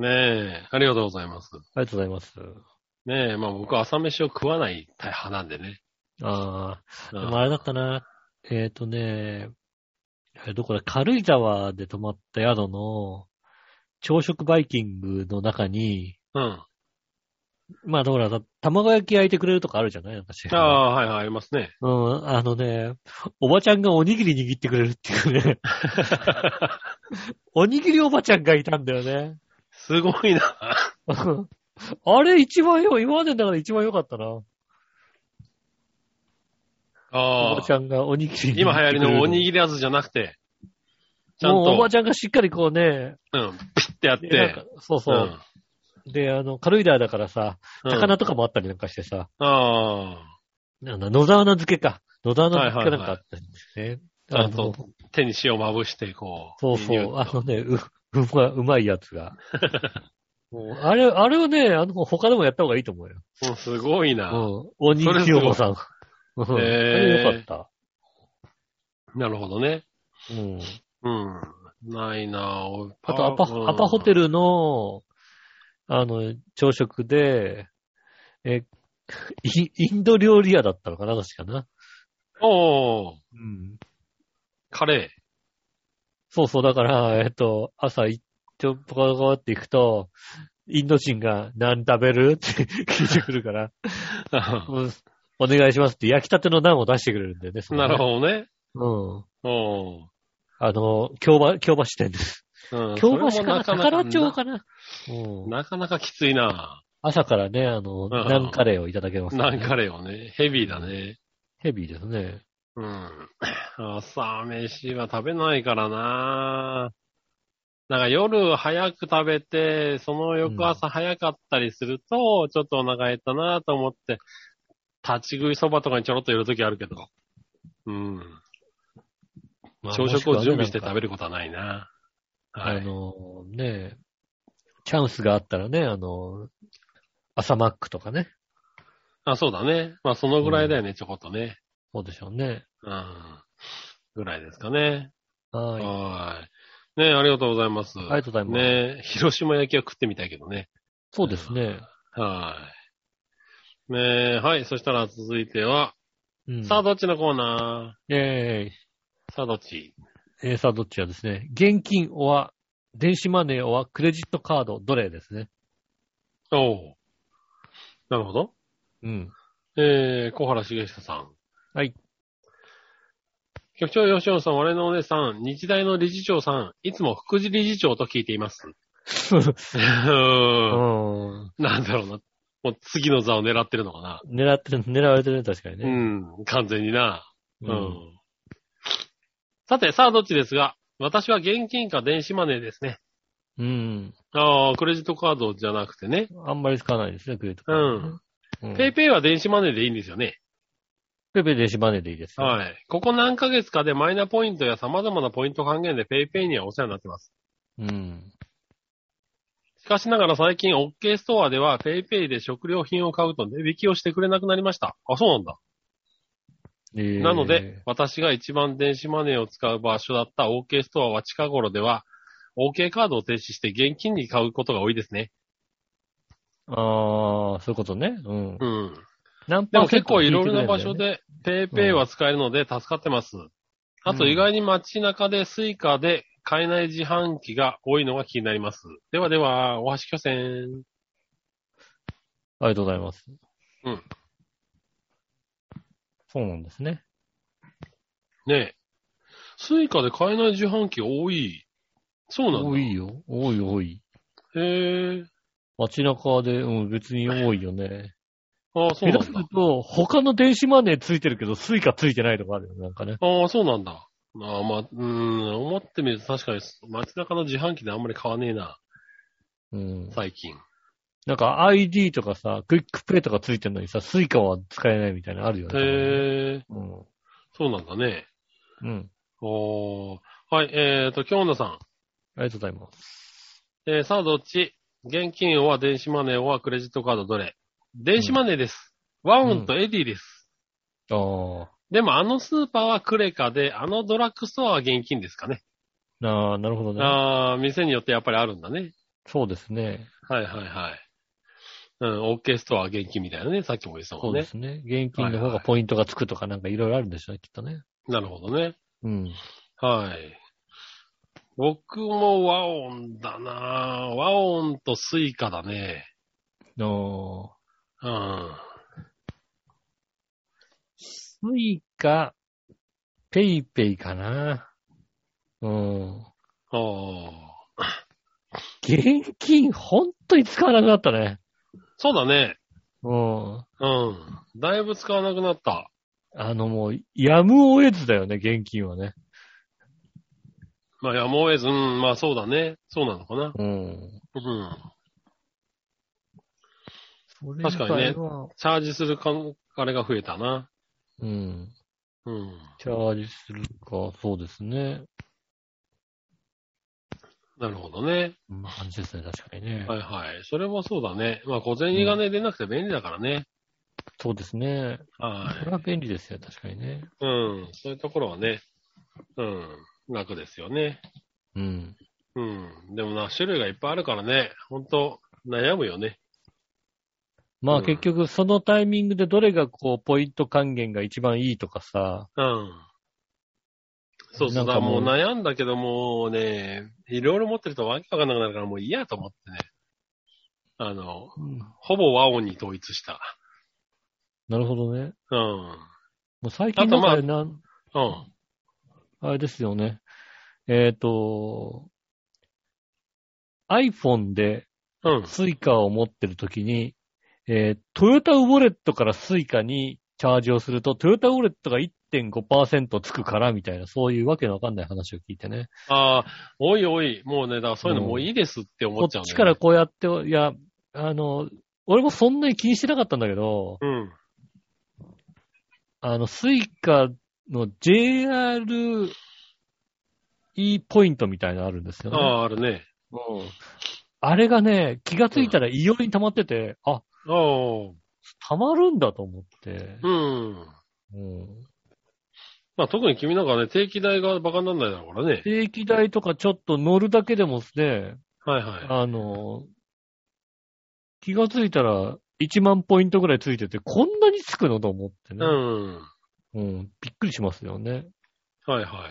Speaker 2: ねえ、ありがとうございます。
Speaker 1: がとうございます。
Speaker 2: ねえ、まあ僕は朝飯を食わない派なんでね。
Speaker 1: あ
Speaker 2: う
Speaker 1: あ、
Speaker 2: ん
Speaker 1: でもあれだったな。えっ、とね、あれどこだ、軽井沢で泊まった宿の、朝食バイキングの中に、
Speaker 2: うん。
Speaker 1: まあ、だからさ、卵焼き焼いてくれるとかあるじゃない私。
Speaker 2: ああ、はいはい、ありますね。
Speaker 1: うん、あのね、おばちゃんがおにぎり握ってくれるっていう
Speaker 2: [laughs]
Speaker 1: ね。おにぎりおばちゃんがいたんだよね。
Speaker 2: すごいな。
Speaker 1: うんあれ一番よ、今までの中で一番良かったな。お
Speaker 2: ああ
Speaker 1: ばち。ゃんがおにぎり握ってくれる。
Speaker 2: [laughs] 今流行りのおに
Speaker 1: り。
Speaker 2: ぎりやつじゃなくて、ちゃん
Speaker 1: もうおば
Speaker 2: と、
Speaker 1: ちゃんがしっかりこうね、
Speaker 2: うん、ピッてやっ
Speaker 1: でなん
Speaker 2: て
Speaker 1: か、そうそう。で、あの、軽井沢だからさ、
Speaker 2: うん
Speaker 1: 魚とかもあったりなんかしてさ、
Speaker 2: ああ、
Speaker 1: なんだ野沢菜漬けか。野沢菜漬けなんかあったんですね。
Speaker 2: ちゃん
Speaker 1: あの
Speaker 2: と手に塩まぶして、こう。
Speaker 1: そう
Speaker 2: ニ
Speaker 1: そ
Speaker 2: ュ
Speaker 1: う。
Speaker 2: ーッ
Speaker 1: あ
Speaker 2: と
Speaker 1: のね、う、うま、うまいやつが。もうあれ、あれをね、あの、他でもやった方がいいと思うよ。
Speaker 2: うんすごいな。
Speaker 1: うん。おにぎりおばさん。うん。あ
Speaker 2: ごい
Speaker 1: れよかっ
Speaker 2: なるほどね。
Speaker 1: た。うん。
Speaker 2: うん。ないなぁ。
Speaker 1: あと、アパ、アパホテルの、あの、朝食で、え、 [laughs] イインド料理屋だったのかな、確かな。
Speaker 2: ル。おー、
Speaker 1: うん。
Speaker 2: カレ
Speaker 1: そうそう、だから、えっと、朝、いちょ、ぽかぽかって行くと、インド人が何食べるって [laughs] 聞いてくるから、
Speaker 2: ー。 [laughs]
Speaker 1: うんお願いしますって、焼きたてのナンを出してくれるんだよね。そこね
Speaker 2: なるほどね。
Speaker 1: うん。
Speaker 2: おー。
Speaker 1: あの、京橋、京橋店です。
Speaker 2: うん
Speaker 1: 京
Speaker 2: そ
Speaker 1: 橋か
Speaker 2: れも
Speaker 1: な
Speaker 2: なかな
Speaker 1: 宝
Speaker 2: か
Speaker 1: 町かなうん。
Speaker 2: なかなかきついな
Speaker 1: 朝からね、あの、
Speaker 2: ん
Speaker 1: ナンカレーをいただけます、
Speaker 2: ぁ。なんかあれよね。ヘビーだね。
Speaker 1: ヘビーですね。
Speaker 2: うん。 [laughs] 朝飯は食べないからなぁ。なんか夜早く食べて、その翌朝早かったりすると、ちょっとお腹減ったなぁと思って、立ち食いそばとかにちょろっと寄るときあるけど。うん。
Speaker 1: まあ
Speaker 2: 朝食を準備して食べ
Speaker 1: る。
Speaker 2: ることはないな。は
Speaker 1: あ
Speaker 2: い。
Speaker 1: の、ね、チャンスがあったらね、あの、朝マックとかね。
Speaker 2: あ、そうだね。まあ、そのぐらいだよね、ちょこっとね。
Speaker 1: そうでしょうね。
Speaker 2: うん。ぐらいですかね。
Speaker 1: はい。あ
Speaker 2: はい。ねありがとうございます。
Speaker 1: りがとうございます。
Speaker 2: ね広島焼きは食ってみたいけどね。
Speaker 1: そうですね。
Speaker 2: はい。ねはい。そしたら続いては、
Speaker 1: うん、
Speaker 2: さあ、どっちのコーナ
Speaker 1: え
Speaker 2: ーさあ、どっち
Speaker 1: ー、えーさあどっちはですね、現金おは、電子マネーおは、クレジットカード、どれですね。
Speaker 2: おうなるほど。
Speaker 1: うん。
Speaker 2: えー、小原茂久さん。
Speaker 1: はい。
Speaker 2: 局長吉野さん、我のお姉さん、日大の理事長さん、いつも副理事長と聞いています。 [laughs]
Speaker 1: [laughs]
Speaker 2: う
Speaker 1: う
Speaker 2: ーん
Speaker 1: ん。
Speaker 2: なんだろうな。もう次の座を狙ってるのかな。
Speaker 1: 狙ってる、狙われてるね、確かに
Speaker 2: う
Speaker 1: ね。
Speaker 2: ん、完全にな。
Speaker 1: う
Speaker 2: うん。さて、さあどっちですが、私は現金か電子マネーですね。
Speaker 1: うん。
Speaker 2: ああ、クレジットカードじゃなくてね。
Speaker 1: あんまり使わないですね、クレジットカード。うん。
Speaker 2: ペ
Speaker 1: ペ
Speaker 2: イペイは電子マネーでいいんですよね。
Speaker 1: イペイ電子マネーでいいですよ。
Speaker 2: はい。ここ何ヶ月かでマイナポイントや様々なポイント還元でペイペイにはお世話になってます。
Speaker 1: うん。
Speaker 2: しかしながら最近 OK ストアではペイペイで食料品を買うと値引きをしてくれなくなりました。あ、そうなんだ。
Speaker 1: えー
Speaker 2: なので、、私が一番電子マネーを使う場所だった OK ストアは近頃では、 OK カードを停止して現金に買うことが多いですね。
Speaker 1: ああ、そういうことね。うん。
Speaker 2: うん。
Speaker 1: 何
Speaker 2: で
Speaker 1: パ
Speaker 2: も
Speaker 1: ーセン
Speaker 2: 結
Speaker 1: ト
Speaker 2: 構いろい
Speaker 1: 聞て
Speaker 2: ろ
Speaker 1: く
Speaker 2: な
Speaker 1: れ
Speaker 2: 場
Speaker 1: んだ
Speaker 2: 所
Speaker 1: よね。
Speaker 2: で PayPay は使えるので助かってます。あと意外に街中で Suica で買えない自販機が多いのが気になります。ではでは、大橋巨船。
Speaker 1: ありがとうございます。
Speaker 2: うん。
Speaker 1: そうなんですね。
Speaker 2: ねえ。Suica で買えない自販機多い。そうなんだ。
Speaker 1: 多いよ。多い多い。
Speaker 2: へえ。
Speaker 1: 街中で、うん、別に多いよね。
Speaker 2: ああ、そうな
Speaker 1: 下手す
Speaker 2: んだ
Speaker 1: る。と、他の電子マネーついてるけど、スイカついてないとかあるよね、なんかね。
Speaker 2: ああ、そうなんだ。ああ、まあ、うーん、思ってみると確かに街中の自販機であんまり買わねえな、
Speaker 1: うん。
Speaker 2: 最近。
Speaker 1: なんか ID とかさ、クイックペイとかついてるのにさ、スイカは使えないみたいなのあるよね。
Speaker 2: へえ、
Speaker 1: うん。
Speaker 2: そうなんだね。
Speaker 1: うん。
Speaker 2: おー。はい、えーと、京女さん。
Speaker 1: ありがとうございます。
Speaker 2: えーさあ、どっち現金は電子マネーはクレジットカードどれ電子マネーです。ワウンとエディです。
Speaker 1: ああ。
Speaker 2: でも、あのスーパーはクレカで、あのドラッグストアは現金ですかね。
Speaker 1: なあ、なるほどね。
Speaker 2: ああ、店によってやっぱりあるんだね。
Speaker 1: そうですね。
Speaker 2: はいはいはい。うん、オーケーストアは現金みたいなね。さっきも言ってた
Speaker 1: そ
Speaker 2: も
Speaker 1: うん
Speaker 2: ね。
Speaker 1: ですね。現金の方がポイントがつくとかなんかいろいろあるんでしょうね、きっとね。
Speaker 2: なるほどね。
Speaker 1: うん。
Speaker 2: はい。僕もワオンだなぁワオンとスイカだね。
Speaker 1: の
Speaker 2: うん。
Speaker 1: スイカ、ペイペイかな。うん。
Speaker 2: おー
Speaker 1: 現金、ほんとに使わなくなったね。
Speaker 2: そうだね。
Speaker 1: うん。
Speaker 2: うん。だいぶ使わなくなった。
Speaker 1: あのもう、やむを得ずだよね、現金はね。
Speaker 2: まあ、やむを得ず、うん、まあそうだね。そうなのかな。
Speaker 1: うん。
Speaker 2: うん。
Speaker 1: それ
Speaker 2: 確かにね
Speaker 1: 以外は
Speaker 2: チャージするか、あれが増えたな。
Speaker 1: うん。
Speaker 2: うん。
Speaker 1: チャージするか、そうですね。
Speaker 2: なるほどね。
Speaker 1: こんな感じですね、確かにね。
Speaker 2: はいはい。それはそうだね。まあ、小銭がね、出なくて便利だからね。
Speaker 1: そうですね。
Speaker 2: は
Speaker 1: これは便利ですよ、確かにね。
Speaker 2: い。うん。そういうところはね、うん。楽ですよね。
Speaker 1: うん。
Speaker 2: うん。でもな、種類がいっぱいあるからね、ほんと、悩むよね。
Speaker 1: まあ
Speaker 2: うん
Speaker 1: 結局、そのタイミングでどれがこう、ポイント還元が一番いいとかさ、
Speaker 2: うん。そうそ
Speaker 1: な
Speaker 2: う。
Speaker 1: ん
Speaker 2: だ
Speaker 1: か
Speaker 2: からもう
Speaker 1: もう
Speaker 2: 悩んだけど、もうね、いろいろ持ってるとわけわかんなくなるから、もう嫌と思ってね。あの、ほぼ和音に統一した。
Speaker 1: なるほどね。
Speaker 2: うん。
Speaker 1: もう最近だ
Speaker 2: あ
Speaker 1: から
Speaker 2: と
Speaker 1: なん、
Speaker 2: うん。
Speaker 1: あれですよね。えっ、と、iPhone で
Speaker 2: うん。
Speaker 1: スイカを持ってるときに、えートヨタウォレットからスイカにチャージをすると、トヨタウォレットが1.5%つくからみたいな、そういうわけのわかんない話を聞いてね。
Speaker 2: ああ、おいおい、もうね、だからそういうのもういいですって思
Speaker 1: こ
Speaker 2: っ
Speaker 1: っ
Speaker 2: ちゃうん
Speaker 1: ち
Speaker 2: だ
Speaker 1: か
Speaker 2: よね、
Speaker 1: らこうやって、いや、あの、俺もそんなに気にしてなかったんだけど、
Speaker 2: うん。
Speaker 1: あの、スイカの JRE ポイントみたいなのあるんですよね。
Speaker 2: ああ、あるね。
Speaker 1: あれがね、気がついたら異様に溜まってて、あ、
Speaker 2: ああ、
Speaker 1: 溜まるんだと思って。
Speaker 2: う
Speaker 1: う
Speaker 2: ん。
Speaker 1: ん。
Speaker 2: まあ特に君なんかね、定期代がバカにならないだろうからね。
Speaker 1: 定期代とかちょっと乗るだけでもね、
Speaker 2: はいはい。
Speaker 1: あの、気がついたら1万ポイントぐらいついてて、こんなにつくのと思って
Speaker 2: う
Speaker 1: ね。
Speaker 2: ん。
Speaker 1: うん。びっくりしますよね。
Speaker 2: はいは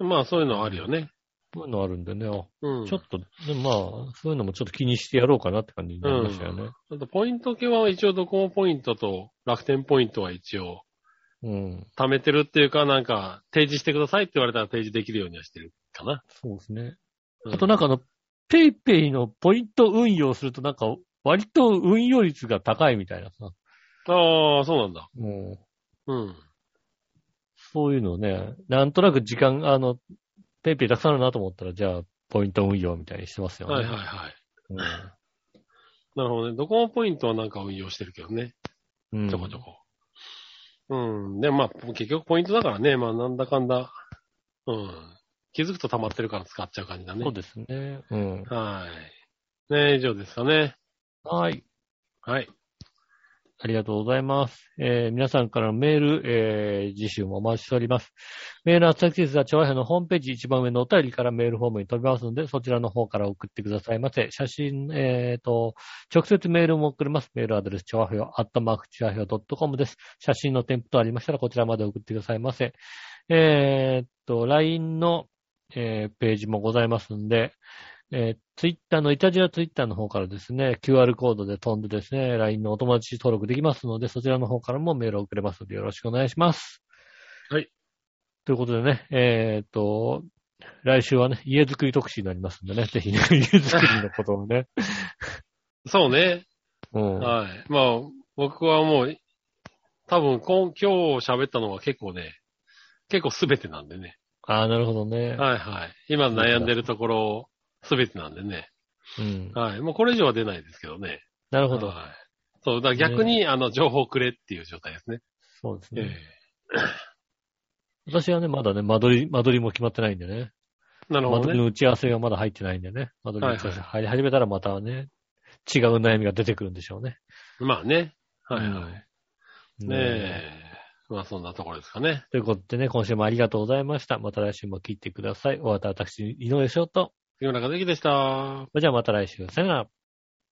Speaker 2: い。まあそういうのあるよね。
Speaker 1: そういうのあるんでね、あ
Speaker 2: うん。
Speaker 1: ちょっと、でもまあ、そういうのもちょっと気にしてやろうかなって感じになりましたよね。
Speaker 2: あと、ポイント系は一応ドコモポイントと楽天ポイントは一応、
Speaker 1: うん。
Speaker 2: 貯めてるっていうか、なんか、提示してくださいって言われたら提示できるようにはしてるかな。
Speaker 1: そうですね。
Speaker 2: うん
Speaker 1: あとなんかあの、ペイペイのポイント運用するとなんか、割と運用率が高いみたいなさ。
Speaker 2: ああ、そうなんだ。
Speaker 1: うん。
Speaker 2: うん。
Speaker 1: そういうのをね、なんとなく時間、あの、ペイペイたくさんあるなと思ったら、じゃあ、ポイント運用みたいにしてますよね。
Speaker 2: はいはいはい。
Speaker 1: う
Speaker 2: なるほどね。ドコモポイントはなんか運用してるけどね。
Speaker 1: ん。うん。
Speaker 2: ちょこちょこ。うん。で、まあ、結局ポイントだからね。まあ、なんだかんだ。うん。気づくと溜まってるから使っちゃう感じだね。
Speaker 1: そうですね。うん。
Speaker 2: はい。ね以上ですかね。
Speaker 1: はい。
Speaker 2: はい。
Speaker 1: ありがとうございます。えー皆さんからのメール、えー次週もお待ちしております。メールの先ですが、調和編のホームページ一番上のお便りからメールフォームに飛びますので、そちらの方から送ってくださいませ。写真、えーと、直接メールも送れます。メールアドレス、調和表、アットマーク、調和表 .com です。写真の添付とありましたら、こちらまで送ってくださいませ。えーっと、LINE の、えーページもございますんで、えー、ツイッターの、イタジアツイッターの方からですね、QR コードで飛んでですね、LINE のお友達登録できますので、そちらの方からもメールを送れますので、よろしくお願いします。
Speaker 2: はい。
Speaker 1: ということでね、えーっと、来週はね、家づくり特集になりますんでね、ぜひね、 [laughs] 家づくりのことをね。
Speaker 2: そうね。
Speaker 1: うん。
Speaker 2: はい。まあ、僕はもう、多分今、今日喋ったのは結構ね、結構すべてなんでね。
Speaker 1: ああ、なるほどね。
Speaker 2: はいはい。今悩んでるところ、すべてなんでね。
Speaker 1: うん。
Speaker 2: はい。もうこれ以上は出ないですけどね。
Speaker 1: なる
Speaker 2: な
Speaker 1: ほど。
Speaker 2: はい。そう、だから逆に、あの、情報くれっていう状態ですね。
Speaker 1: そうです
Speaker 2: え
Speaker 1: ね。私はね、まだね、間取り、間取りも決まってないんでね。
Speaker 2: えなる
Speaker 1: 間
Speaker 2: ほど
Speaker 1: 取り
Speaker 2: ね。
Speaker 1: の打ち合わせがまだ入ってないんでね。間取りの打ち合わせ
Speaker 2: は
Speaker 1: 入り始めたらまたね、違う悩みが出てくるんでしょうね。
Speaker 2: まあね。はいは
Speaker 1: うん
Speaker 2: い。ね
Speaker 1: ねえ
Speaker 2: え。まあそんなところですかね。
Speaker 1: ということでね、今週もありがとうございました。また来週も聞いてください。おわた私、井上翔と。
Speaker 2: 杉村和樹でした。
Speaker 1: それじゃあまた来週。さよなら。